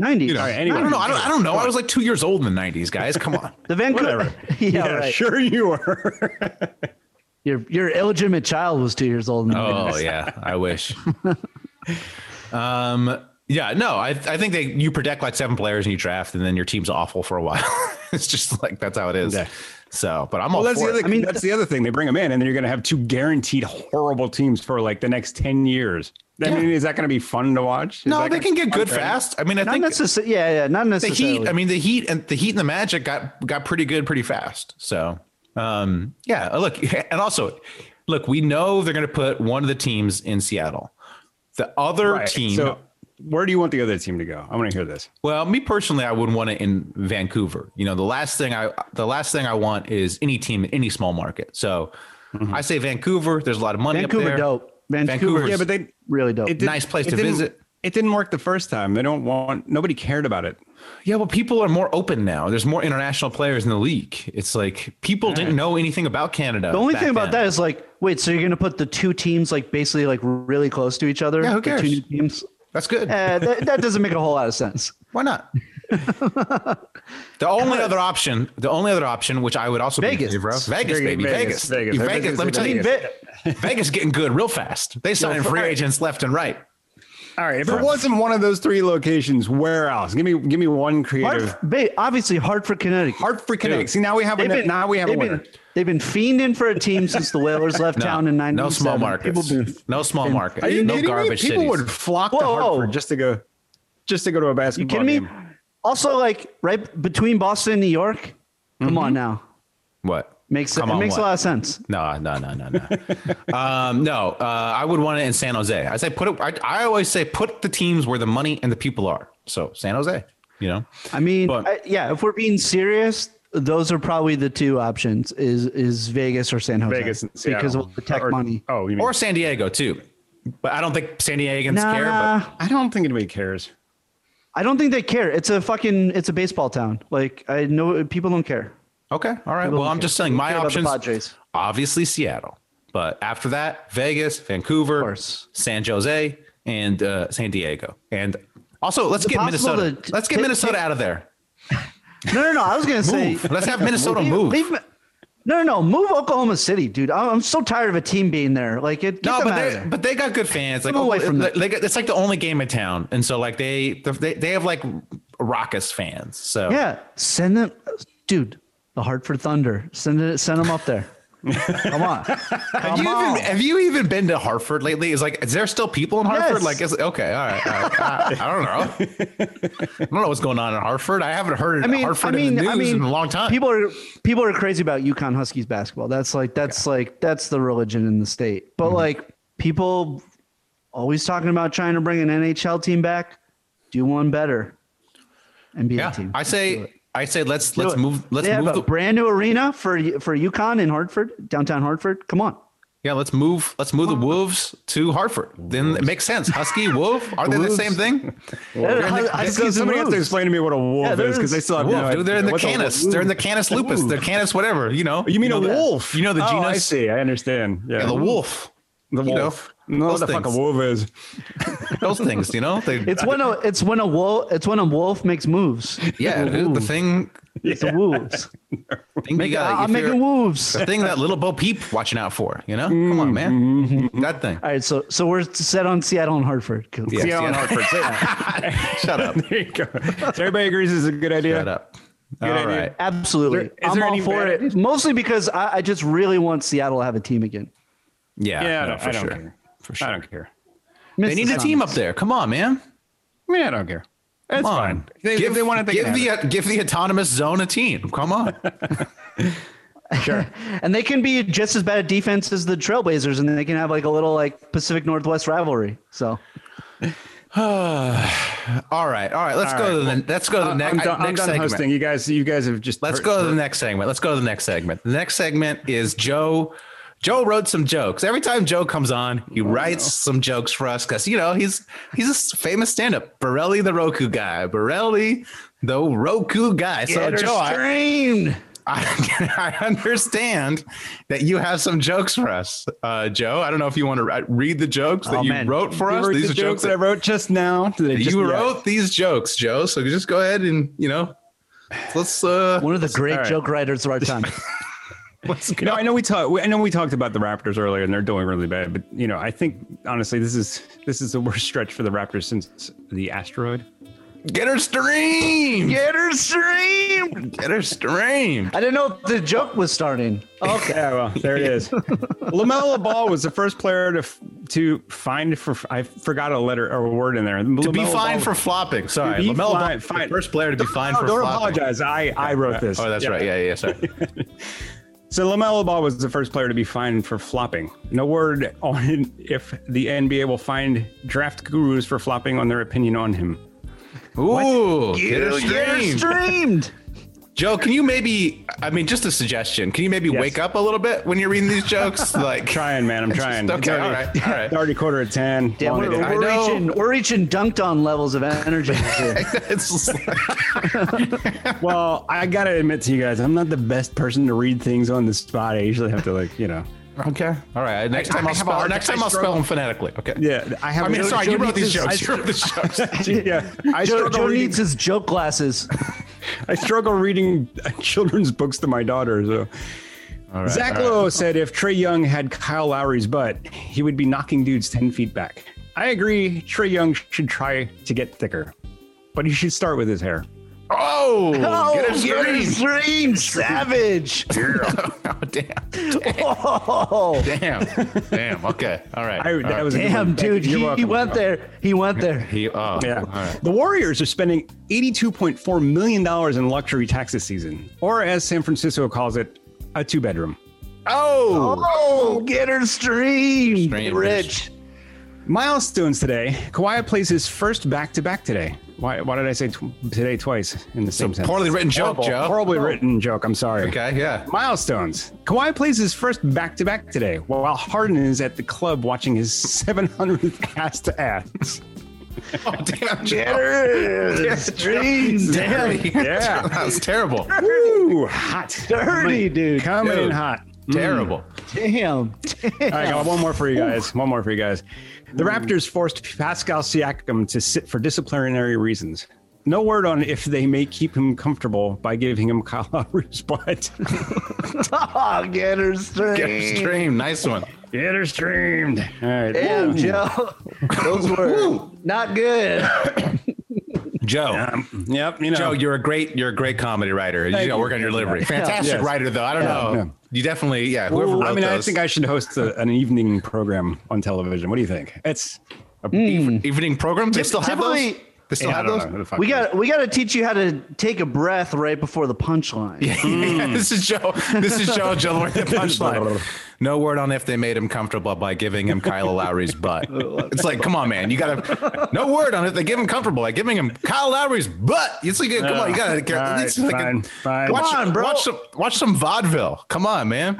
90s. You know, anyway. I don't know. I don't, I don't know. I was like two years old in the '90s, guys. Come on. The Vancouver. Whatever. yeah, Yeah, right. sure you are. Your your illegitimate child was two years old. in the Oh '90s. yeah, I wish. um, yeah, no, I I think they you protect like seven players and you draft, and then your team's awful for a while. it's just like that's how it is. Yeah. So, but I'm Well, all that's for the it. other. I mean, that's the other thing. They bring them in, and then you're going to have two guaranteed horrible teams for like the next ten years. I mean, is that going to be fun to watch? Is No, that they gonna can be get fun good for any- fast. I mean, I Not think necessarily. Yeah, yeah, not the necessarily. Heat. I mean, the Heat and the Heat and the Magic got got pretty good pretty fast. So, um, yeah. Look, and also, look, we know they're going to put one of the teams in Seattle. The other Right. team. So, where do you want the other team to go? I want to hear this. Well, me personally, I would want it in Vancouver. You know, the last thing I the last thing I want is any team in any small market. So I say Vancouver. There's a lot of money up Mm-hmm. Vancouver there. dope. Vancouver Vancouver's- Yeah, but they really dope. it didn't- Nice place it to didn't- visit. It didn't work the first time. They don't want. Nobody cared about it. Yeah, well, people are more open now. There's more international players in the league. It's like people didn't know anything about Canada. The only back thing about then. that is like, wait, so you're gonna put the two teams like basically like really close to each other? Yeah, who The two cares? new teams. that's good. Uh, that, that doesn't make a whole lot of sense. Why not? the only other option, the only other option, which I would also be in Vegas. favor of, Vegas, Vegas, baby, Vegas, Vegas, Vegas, Vegas. Vegas. Vegas let me is tell you, Vegas. Vegas getting good real fast. They signing free agents left and right. All right, if it wasn't one of those three locations, where else? Give me, give me one creative. Hartf- ba- obviously Hartford, Connecticut. Hartford Connecticut. See, now we have a, now we have a they've winner. been, they've been fiending for a team since the Whalers left town in '97. No small markets. People been- no small markets. Are you no kidding garbage me? People cities. would flock to Whoa. Hartford just to go, just to go to a you basketball kidding me? game. Also, like right between Boston and New York. Come Mm-hmm. on now, What? makes Come it on, makes what? a lot of sense. No, no, no, no, no. um, no, uh, I would want it in San Jose. I say put it. I, I always say put the teams where the money and the people are. So San Jose, you know. I mean, But- I- yeah, if we're being serious, those are probably the two options: is is Vegas or San Jose? Vegas and Seattle. because of the tech Or- money. Oh, you mean? or San Diego too. But I don't think San Diegans Nah, care. But I don't think anybody cares. I don't think they care. It's a fucking it's a baseball town. Like I know people don't care. okay, all right. People Well, don't I'm care. just saying They my care about the options. Padres. Obviously Seattle, but after that, Vegas, Vancouver, course. San Jose, and uh, San Diego, and also let's get possible Minnesota. to- let's get to- Minnesota to- out of there. No, no, no. I was gonna say Move. Let's have Minnesota move. leave. No, no, no. Move Oklahoma City, dude. I'm, I'm so tired of a team being there. Like it. Get No, them but out of they there. but they got good fans. Like them away oh, from like, like, it's like the only game in town, and so like they they, they have like raucous fans. So yeah, send them, dude. The Hartford Thunder. Send it. Send them up there. Come on. Have you, even, have you even been to Hartford lately? Is like, is there still people in Hartford? Yes. Like, is, okay, all right. All right. Uh, I, I don't know. I don't know what's going on in Hartford. I haven't heard I mean, Hartford I mean, in the news I mean, in a long time. People are people are crazy about Yukon Huskies basketball. That's like that's like that's the religion in the state. Mm-hmm. But like people always talking about trying to bring an NHL team back. Do one better. NBA yeah, team. I say, I say, let's let's Do it. move, let's they move have the, a brand new arena for for UConn in Hartford, downtown Hartford. Come on. yeah, let's move, let's move the Wolves to Hartford. Then it makes sense. Husky, Wolf, are they the Wolves. same thing? Hus- Just Huskies 'cause and somebody has to Wolves. explain to me what a wolf Yeah, is because they there's- still have Wolf, no dude, they're in idea. the What's a Canis, wolf? they're in the Canis lupus, they're Canis whatever, you know. You mean know a that- wolf? You know the oh, genus. I see. I understand. Yeah, Yeah, the wolf. The you know, wolf. no, those what the fuck a things. wolf is. Those things, you know. They, It's when a it's when a wolf it's when a wolf makes moves. yeah, dude, the thing. It's the wolves. thing you gotta- if I'm you're- making wolves. the thing that little Bo Peep watching out for. You know, come on, man, Mm-hmm. that thing. All right, so so we're set on Seattle and Hartford. Cool. Yeah, Seattle and yeah. Hartford. Shut up. There you go. So everybody agrees this is a good idea. Shut up. All idea. right. Absolutely. Is there- is I'm there all any for bad it. ideas? Mostly because I, I just really want Seattle to have a team again. Yeah. Yeah, I no, don't, for I don't sure. care. For sure. I don't care. They need a team up there. Come on, man. I mean, I don't care. That's Come fine. on. They, give, if they want to give the give the autonomous zone a team. Come on. sure. And they can be just as bad at defense as the Trailblazers, and they can have like a little like Pacific Northwest rivalry. So All right. All right. Let's go to the let's go to the I'm, next, done, I'm next done segment. hosting. You guys, you guys have just. Let's hurt- go to the next segment. Let's go to the next segment. The next segment is Joe. Joe wrote some jokes. Every time Joe comes on, Oh, he writes some jokes for us because you know he's he's a s- famous stand-up. Barelli the Roku guy. Barelli the Roku guy. So Joe, I, Strain! I, I understand that you have some jokes for us, uh, Joe. I don't know if you want to ri- read the jokes that Oh, you man. wrote for You us. wrote These the are jokes that I that wrote just now. They just- you yeah. wrote these jokes, Joe. So just go ahead and you know, let's uh, One of the great right. joke writers of our time. let's You know, I know we talked. I know we talked about the Raptors earlier, and they're doing really bad. But you know, I think honestly, this is this is the worst stretch for the Raptors since the asteroid. Get her stream. Get her stream! Get her stream. I didn't know the joke was starting. Okay. Yeah, well, there it is. Lamella Ball was the first player to f- to find for I forgot a letter or a word in there. To be fined for flopping. Sorry, be Lamelo Ball, fine- the fine. first player to be fined for don't flopping. apologize. I I wrote this. Oh, that's right. Yeah, yeah. Sorry. So Lamelo Ball was the first player to be fined for flopping. No word on if the NBA will find draft gurus for flopping on their opinion on him. Ooh, get her Get her stream. streamed! Joe, can you maybe? I mean, just a suggestion. Can you maybe Yes. wake up a little bit when you're reading these jokes? Like, Trying, man, I'm trying. It's okay, all already- right, all right. It's already quarter to ten. Yeah, Long we're, day. I we're know. reaching, we're reaching dunked on levels of energy. here. it's just like- well, I gotta admit to you guys, I'm not the best person to read things on the spot. I usually have to like, you know. okay, all right. Next time I I, will have a spell. hard- Next I time I'll spell struggle. them phonetically. Okay. Yeah, I have. I mean, Joe- sorry, Joe you wrote these needs jokes. his- You wrote these jokes. I, yeah, I Joe, struggle, Joe reading, needs his joke glasses. I struggle reading children's books to my daughter. So All right, Zach all right. Lowe said if Trey Young had Kyle Lowry's butt, he would be knocking dudes 10 feet back. I agree. Trey Young should try to get thicker, but he should start with his hair. Oh, Oh, get her get her stream. stream, savage! oh, damn. Whoa. Damn. Damn. Okay. All right. I, All that right. was a good Damn, one. Thank you. dude, he, You're he welcome. went there. He went there. He, oh, Yeah. All right. The Warriors are spending $82.4 million in luxury tax this season, or as San Francisco calls it, a two bedroom. Oh. Oh, get her stream, Streamed. Rich. Milestones today. Kawhi plays his first back to back today. Why, why did I say tw- today twice in the same sentence? Poorly written joke, Horrible- Joe. Horribly written joke. I'm sorry. Okay. Yeah. Milestones. Kawhi plays his first back to back today, while Harden is at the club watching his 700th ass to ass. Oh, damn, Joe. Get her stream, damn, Dirty. Yeah. that was terrible. Woo! Hot. dirty, dude. Coming in Dude. hot. terrible. Damn. All right, I got one more for you guys. One more for you guys. The Raptors forced Pascal Siakam to sit for disciplinary reasons. No word on if they may keep him comfortable by giving him Kyle Lowry's butt. Oh, get her Get her stream. stream. Nice one. Get her streamed. All right. Damn, Joe. Those were not good. Joe. Yep. You know. Joe, you're a great you're a great comedy writer. You Thank got you. work on your delivery. Fantastic Yes. writer though. I don't know. yeah. You definitely yeah, whoever wrote I mean, I those. think I should host a, an evening program on television. What do you think? It's a mm, evening programs, they still have those? They Typically- still I have don't know. those? who the fuck We knows. got we got to teach you how to take a breath right before the punchline. Yeah, this is Joe. This is Joe. Joe Lord, the punchline. No word on if they made him comfortable by giving him Kyle Lowry's butt. It's like, come on, man. You gotta. No word on if they give him comfortable by giving him Kyle Lowry's butt. It's like, come on, you Uh, gotta. All right, it's like a- fine, fine. Watch, Come on, bro. watch some watch some vaudeville. Come on, man.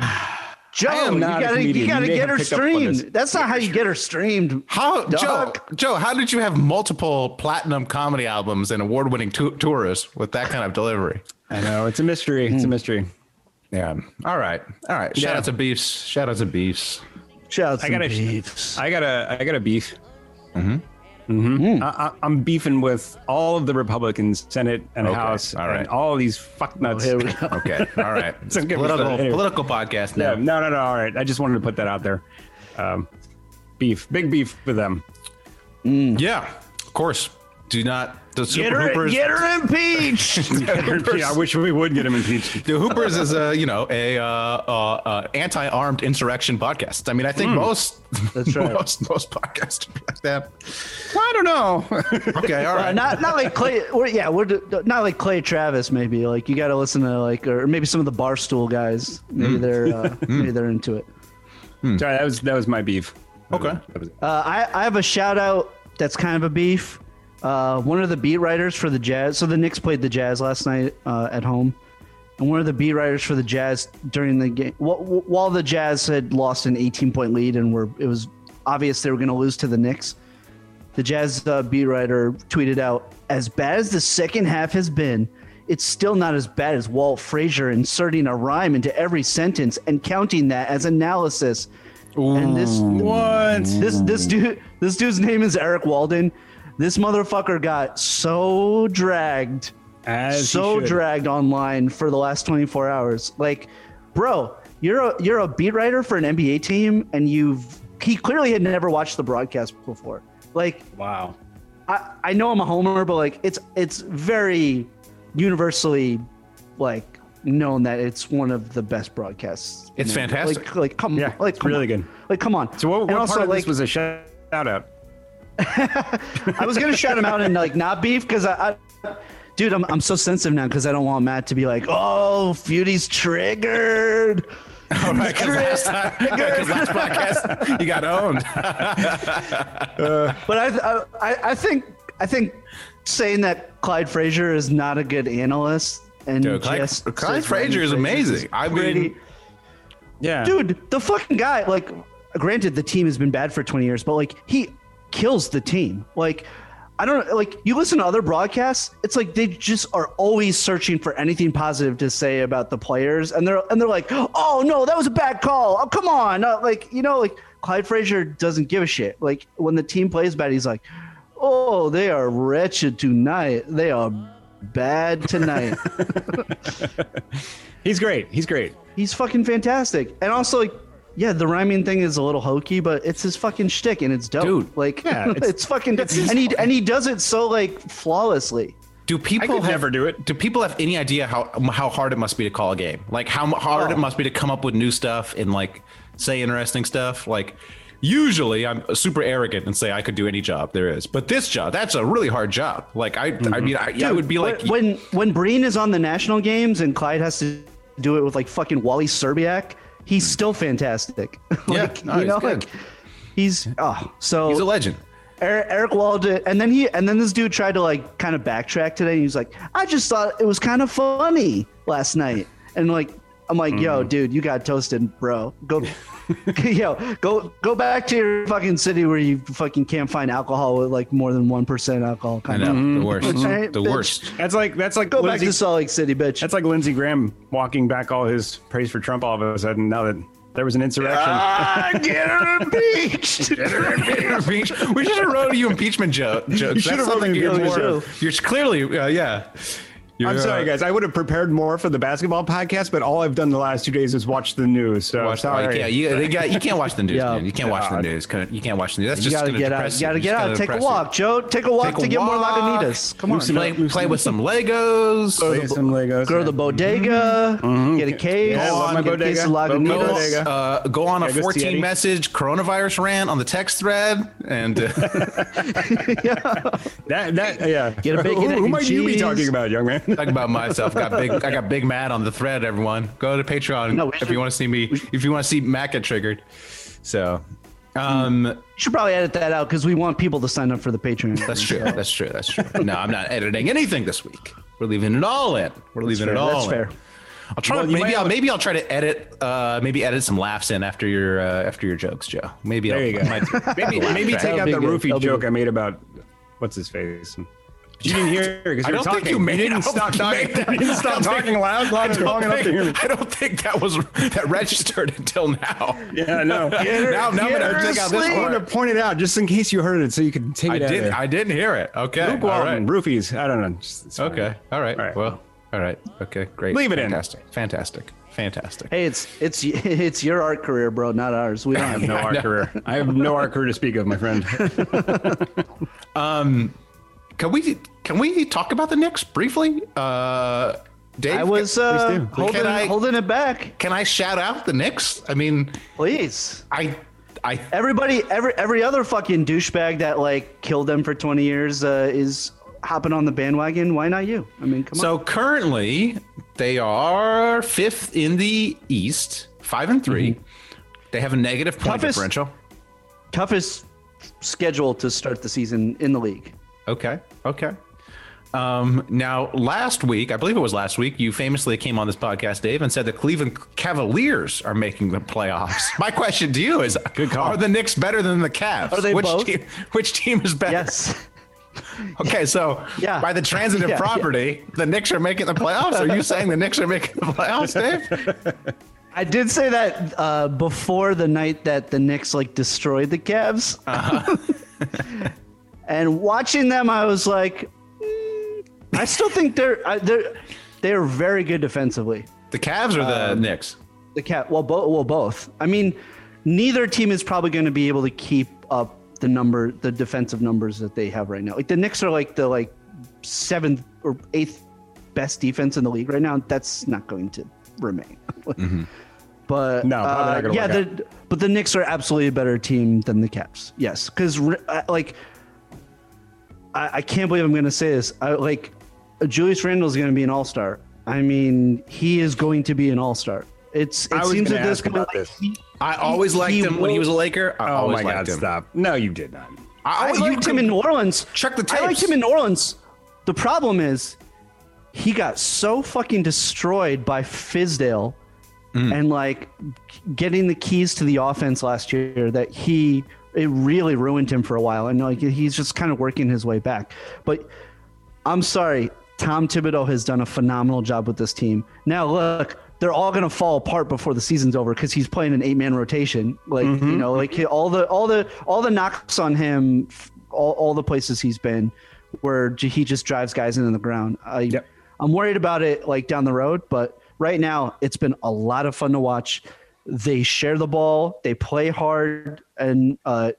Joe, am you not a gotta comedian. you gotta You may get have her picked up on this. streamed. That's not how you get her streamed. How Joe Dog. Joe? How did you have multiple platinum comedy albums and award winning tu- tours with that kind of delivery? I know it's a mystery. It's a mystery. Yeah. All right. All right. Shout out to Beefs. Shout out to Beefs. Shouts I got and a, beefs. I got a, I got a beef. Mm-hmm. Mm-hmm. I, I, I'm beefing with all of the Republicans, Senate and Okay, House, all right. and all these fucknuts. Here we go. Okay. All right. It's Don't get me political, started. Anyway. political podcast yeah, now. no, no, no. All right, I just wanted to put that out there. Um, beef, big beef with them. Yeah. Of course. do not the Get Super her, Hoopers. get her impeached. Yeah, I wish we would get him impeached. The Hoopers is a you know a uh, uh, uh, anti-armed insurrection podcast. I mean, I think most Hmm. That's right. most most podcasts are like that. I don't know. Okay, all Uh, right. not not like Clay. Or, yeah, we're d- not like Clay Travis. Maybe like you got to listen to like or maybe some of the barstool guys. Mm. Maybe they're uh, maybe they're into it. Sorry, that was that was my beef. Okay. That was it. Uh, I I have a shout out that's kind of a beef. Uh, one of the beat writers for the Jazz. So the Knicks played the Jazz last night uh, at home, and one of the beat writers for the Jazz during the game, wh- wh- while the Jazz had lost an 18 point lead and were it was obvious they were going to lose to the Knicks. The Jazz uh, beat writer tweeted out, "As bad as the second half has been, it's still not as bad as Walt Frazier inserting a rhyme into every sentence and counting that as analysis." and this what this this dude this dude's name is Eric Walden. This motherfucker got so dragged As he so should. dragged online for the last 24 hours. Like, bro, you're a you're a beat writer for an NBA team, and you've he clearly had never watched the broadcast before. Like, Wow. I I know I'm a homer, but like it's it's very universally like known that it's one of the best broadcasts. It's fantastic. Like, like come, Yeah, like it's come really on. good. Like, come on. So what, And what also, part of like, this was a shout out? I was gonna shout him out and like not beef because I, I, dude, I'm I'm so sensitive now because I don't want Matt to be like, oh, Feudy's triggered. All right, 'cause last time, 'cause last podcast, you got owned. But I I I think I think saying that Clyde Frazier is not a good analyst and Dude, Clyde, just Clyde says Frazier is Rodney Frazier amazing. I mean, pretty- Yeah. dude, the fucking guy. Like, granted, the team has been bad for twenty years, but like he kills the team. Like, I don't like you listen to other broadcasts. It's like they just are always searching for anything positive to say about the players, and they're and they're like, oh no, that was a bad call. Oh come on, Uh, like you know, like Clyde Frazier doesn't give a shit. Like when the team plays bad, he's like, oh, they are wretched tonight. They are bad tonight. He's great. He's great. He's fucking fantastic. And also, like, yeah, the rhyming thing is a little hokey, but it's his fucking shtick and it's dope. Dude, like, yeah, it's, it's- fucking. and he and he does it so like flawlessly. do people could have, never do it. Do people have any idea how how hard it must be to call a game? Like how m- hard it must be to come up with new stuff and like say interesting stuff. Like usually I'm super arrogant and say I could do any job there is, but this job that's a really hard job. Like I I mean I, yeah, I would be When- like when when Breen is on the national games and Clyde has to do it with like fucking Wally Serbiak, he's still fantastic. like, Hmm. Yeah, no, he's good. he's oh so he's a legend. Eric, Eric Walden, and then he, and then this dude tried to like kind of backtrack today. He was like, "I just thought it was kind of funny last night," and like, I'm like, Mm. "Yo, dude, you got toasted, bro. Go, yo, go, go back to your fucking city where you fucking can't find alcohol with like more than one percent alcohol I content. know Mm-hmm. the worst, Okay, the bitch. worst. That's like that's like Go back Lindsey, to Salt Lake City, bitch. that's like Lindsey Graham walking back all his praise for Trump all of a sudden now that there was an insurrection. Ah, get her impeached. we should have wrote you impeachment jo- jokes. should That's have wrote something me you're, impeachment more, joke. you're clearly uh, yeah. I'm You're, sorry, uh, guys. I would have prepared more for the basketball podcast, but all I've done the last two days is watch the news. So watch sorry. Like, yeah, you, they got, you can't watch the news, Yeah. man. You can't watch the news. Can't- You can't watch the news. That's You just gotta gonna get out. depress You gotta It's get just out. gonna Take a depress walk, Joe. Take a walk Take to a get more walk. Lagunitas. Come on. Loosen Play, up, loosen play up. with some Legos. Play Play- some Legos. Go to yeah. the bodega, get a case, Mm-hmm. Yeah, I love my get a case of bodega. Love my Go, Lagunitas. bodega. uh, go on a Lego 14 City. message coronavirus rant on the text thread, and uh, That that yeah. Get a bacon, who egg, who and might you be cheese. talking about, young man? talk about myself. Got big. I got big mad on the thread. Everyone, go to Patreon No, we if should- Hmm. you want to see me. If you want to see Matt get triggered, so um, You should probably edit that out because we want people to sign up for the Patreon. that's true. That's true. That's true. No, I'm not editing anything this week. We're leaving it all in. We're leaving fair. it all. That's in. fair. I'll try. Well, to you maybe might I'll have- maybe I'll try to edit. Uh, maybe edit some laughs in after your uh, after your jokes, Joe. Maybe There I'll, you go. might- maybe maybe take out be the good. roofie That'll be joke good. I made about what's his face. You didn't hear because I you were don't think talking. you made. I didn't don't stop think you talking. made that. You didn't I stop don't talking think- loud, I loud, don't long enough to think- hear me. I don't think that was that registered until now. Yeah, no. Now, now I'm gonna take out this I wanted part. to point it out just in case you heard it, so you could take I it out. didn't. of I didn't hear it. Okay. there. Luke all Walton, right. roofies. I don't know. Just- it's fine. Okay. All right. All right. Well. All right. Okay. Great. Leave it in. Fantastic. in. Fantastic. Fantastic. Fantastic. Hey, it's it's it's your art career, bro, not ours. We don't I have have no art career. I have no art career to speak of, my friend. Can we can we talk about the Knicks briefly? Uh, Dave, I was uh, do. holding Can I- holding it back. Can I shout out the Knicks? I mean, Please, I I everybody, every every other fucking douchebag that like killed them for twenty years uh, is hopping on the bandwagon. Why not you? I mean, come on. so currently they are fifth in the East, five and 3 They have a negative point Mm-hmm. Toughest- differential. toughest schedule to start the season in the league. Okay. Okay. Um, now, last week, I believe it was last week, you famously came on this podcast, Dave, and said the Cleveland Cavaliers are making the playoffs. My question to you is: Are the Knicks better than the Cavs? Are they which both? Team, which team is better? Yes. Okay, so Yeah. by the transitive Yeah, yeah. property, the Knicks are making the playoffs. Are you saying the Knicks are making the playoffs, Dave? I did say that uh, before the night that the Knicks like destroyed the Cavs. and watching them, I was like, mm, I still think they're I- they're they're very good defensively. The Cavs or the Knicks? The cat, well, both, well, both. I mean, neither team is probably going to be able to keep up the number, the defensive numbers that they have right now. Like the Knicks are like the like seventh or eighth best defense in the league right now. That's not going to remain. But Mm-hmm. No, probably not uh, gonna yeah, work the, but the Knicks are absolutely a better team than the Caps. Yes, because like I, I can't believe I'm going to say this. I like Julius Randle is going to be an All Star. I mean, he is going to be an All Star. It's it I was seems gonna at this ask point. about like, this. he- I always liked he him when he will- was a Laker. I Oh always my God! liked him. Stop. No, you did not. I I always liked him in New Orleans. Check the I tapes. liked him in New Orleans. The problem is, he got so fucking destroyed by Fizdale, Mm. and like getting the keys to the offense last year that he it really ruined him for a while. And like he's just kind of working his way back. But I'm sorry, Tom Thibodeau has done a phenomenal job with this team. Now look. They're all gonna fall apart before the season's over because he's playing an eight-man rotation. Like you know, like he- all the all the all the knocks on him, f- all, all the places he's been, where j- he just drives guys into the ground. I I'm worried about it like down the road, but right now it's been a lot of fun to watch. They share the ball, they play hard, and uh,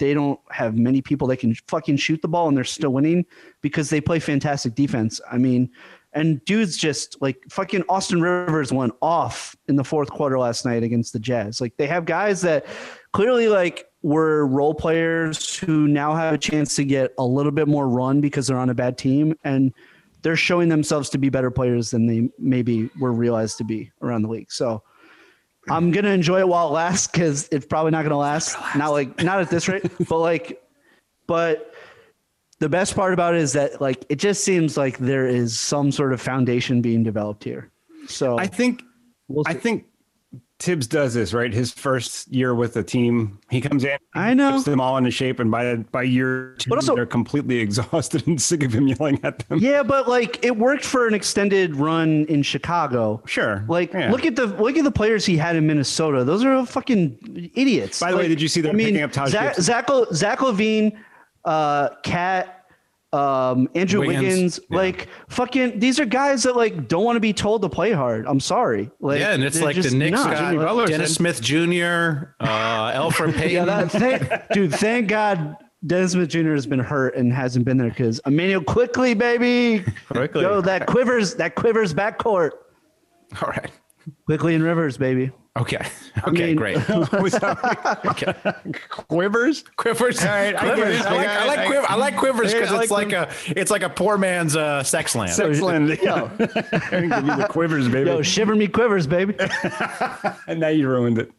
they don't have many people that can fucking shoot the ball, and they're still winning because they play fantastic defense. I mean, and dudes just like fucking Austin Rivers went off in the fourth quarter last night against the Jazz. Like they have guys that clearly like were role players who now have a chance to get a little bit more run because they're on a bad team and they're showing themselves to be better players than they maybe were realized to be around the league. So I'm gonna enjoy it while it lasts because it's probably not gonna last. Not like not at this rate, but like, but the best part about it is that like it just seems like there is some sort of foundation being developed here. So I think I think Tibbs does this right. His first year with the team, he comes in, I know. puts them all into shape, and by by year two, But also- they're completely exhausted and sick of him yelling at them. yeah, but like it worked for an extended run in Chicago. Sure, Like yeah. look at the look at the players he had in Minnesota. Those are fucking idiots. By the way, Like, did you see them picking up Taj Zach, Gibson? Zach, Le- Zach Levine, uh, Cat, um, Andrew Wiggins, Wiggins. yeah. Like fucking, these are guys that like don't want to be told to play hard. I'm sorry. Like, yeah, and it's they're like the just Knicks not. got Like, Dennis Smith Jr., uh, Alfred Payton. yeah, that, thank, dude. Thank God. Dennis Smith Jr. has been hurt and hasn't been there because Emmanuel quickly, baby, Quickly. yo, that quivers, that quivers backcourt, All right. quickly and Rivers, baby. Okay. Okay. mean- great. okay. Quivers. Quivers. All right. I get Quivers. it. I like, I like, quiv- I like quivers because I it's like like a it's like a poor man's uh, sex land. Excellent. Yeah. Give me the quivers, baby. Yo, shiver me quivers, baby. and now you ruined it.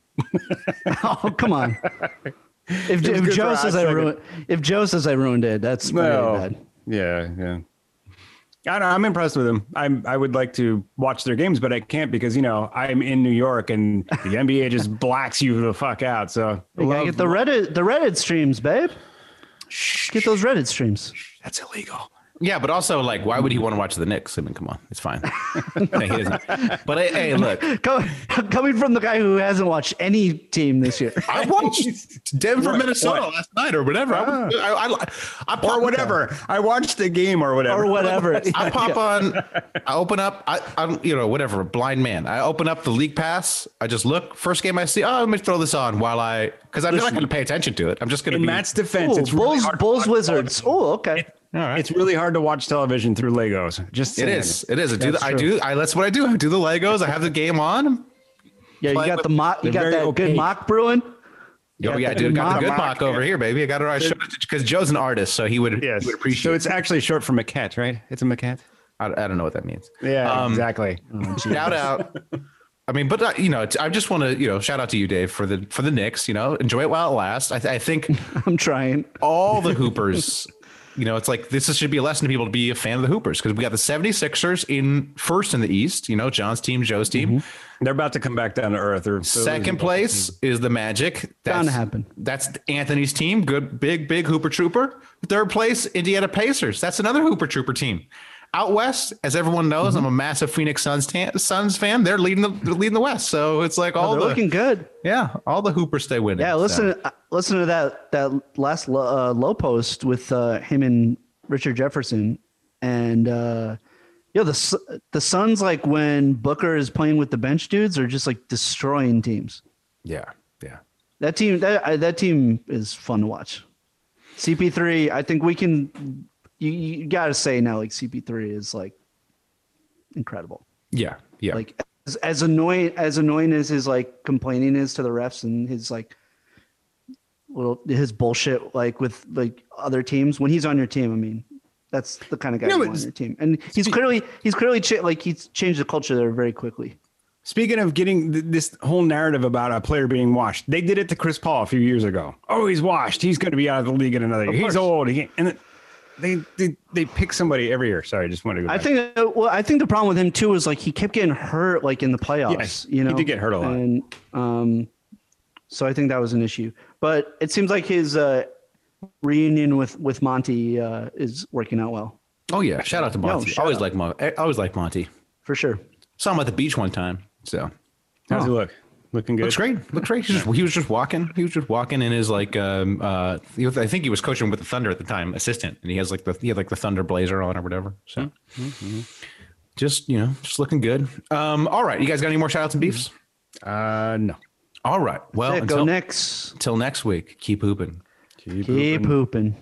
Oh, come on. If, was if good for Joe a hot says I second. ruined, if Joe says I ruined it, that's really bad. Yeah, yeah. I don't, I'm impressed with them. I'm. I would like to watch their games, but I can't because you know I'm in New York and the NBA just blacks you the fuck out. So You gotta get the Reddit, the Reddit streams, babe. Get those Reddit streams. that's illegal. Yeah, but also like, why would he want to watch the Knicks? I mean, come on, it's fine. No, he doesn't. But hey, hey, look, Co- Coming from the guy who hasn't watched any team this year. I watched Denver, Minnesota last night or whatever. I, was- I, I, I popped- Or whatever. I watched the game or whatever. Or whatever. I pop on, I open up, I, I'm, you know, whatever, blind man. I open up the league pass. I just look. First game I see, oh, let me throw this on while I, because I'm not going to pay attention to it. I'm just going to In be. Matt's defense, Ooh, it's really Bulls, hard to Bulls watch. Wizards. Oh, okay. All right. It's really hard to watch television through Legos. Just It saying. is. It is. I do. That's I true. do. I. That's what I do. I do the Legos. I have the game on. Yeah, you Playing got with- the mock. You they're got very that good opaque. mock brewing. Oh yeah, I the do. Got the mock- good mock, mock over here, baby. I got it. I showed it because Joe's an artist, so he would. Yes. He would appreciate. So it's actually short for maquette, right? It's a maquette. I, I don't know what that means. Yeah, Um, exactly. Shout out. I mean, but uh, you know, it's- I just want to you know shout out to you, Dave, for the for the Knicks. You know, enjoy it while it lasts. I, th- I think I'm trying. all the Hoopers. You know, it's like this is- should be a lesson to people to be a fan of the Hoopers because we got the 76ers in first in the East, you know, John's team, Joe's Mm-hmm. team. They're about to come back down to earth. Or Second place is the Magic. Bound to happen. That's Anthony's team. Good, big, big Hooper Trooper. Third place, Indiana Pacers. That's another Hooper Trooper team. Out west, as everyone Mm-hmm. knows, I'm a massive Phoenix Suns tan- Suns fan. They're leading the they're leading the West, so it's like all Oh, They're the looking good. yeah, all the Hoopers stay winning. Yeah, so. listen, uh, listen to that that last lo, uh, low post with uh, him and Richard Jefferson, and uh, yo, the Su- the Suns like when Booker is playing with the bench dudes are just like destroying teams. Yeah, yeah. That team, that I, that team is fun to watch. CP3, I think we can. You, you got to say now, like CP3 is like incredible. Yeah, yeah. Like as, as annoying as annoying as his like complaining is to the refs and his like little his bullshit like with like other teams when he's on your team. I mean, that's the kind of guy Yeah, you but want on your team. And he's clearly he's clearly cha- like he's changed the culture there very quickly. Speaking of getting th- this whole narrative about a player being washed, they did it to Chris Paul a few years ago. Oh, he's washed. He's going to be out of the league in another year. course. He's old. He can't. And then they, they they pick somebody every year. Sorry, I just wanted to. Go I back. think uh, well, I think the problem with him too is like he kept getting hurt like in the playoffs. Yeah, you know, he did get hurt a lot. and um, so I think that was an issue. But it seems like his uh, reunion with with Monty uh, is working out well oh yeah, shout out to Monty. shout always out. like Mon- I always like Monty. for sure. Saw him at the beach one time. So How's he look? Looking good. looks great. Looks great. He was just, he was just walking. He was just walking in his like um uh he was- I think he was coaching with the Thunder at the time, assistant, and he has like the he had like the Thunder blazer on or whatever. So just you know, just looking good. Um, all right, you guys got any more shout outs and beefs? Uh, no. All right. Well, Yeah, go until, Knicks. until next week, keep hooping. Keep hooping.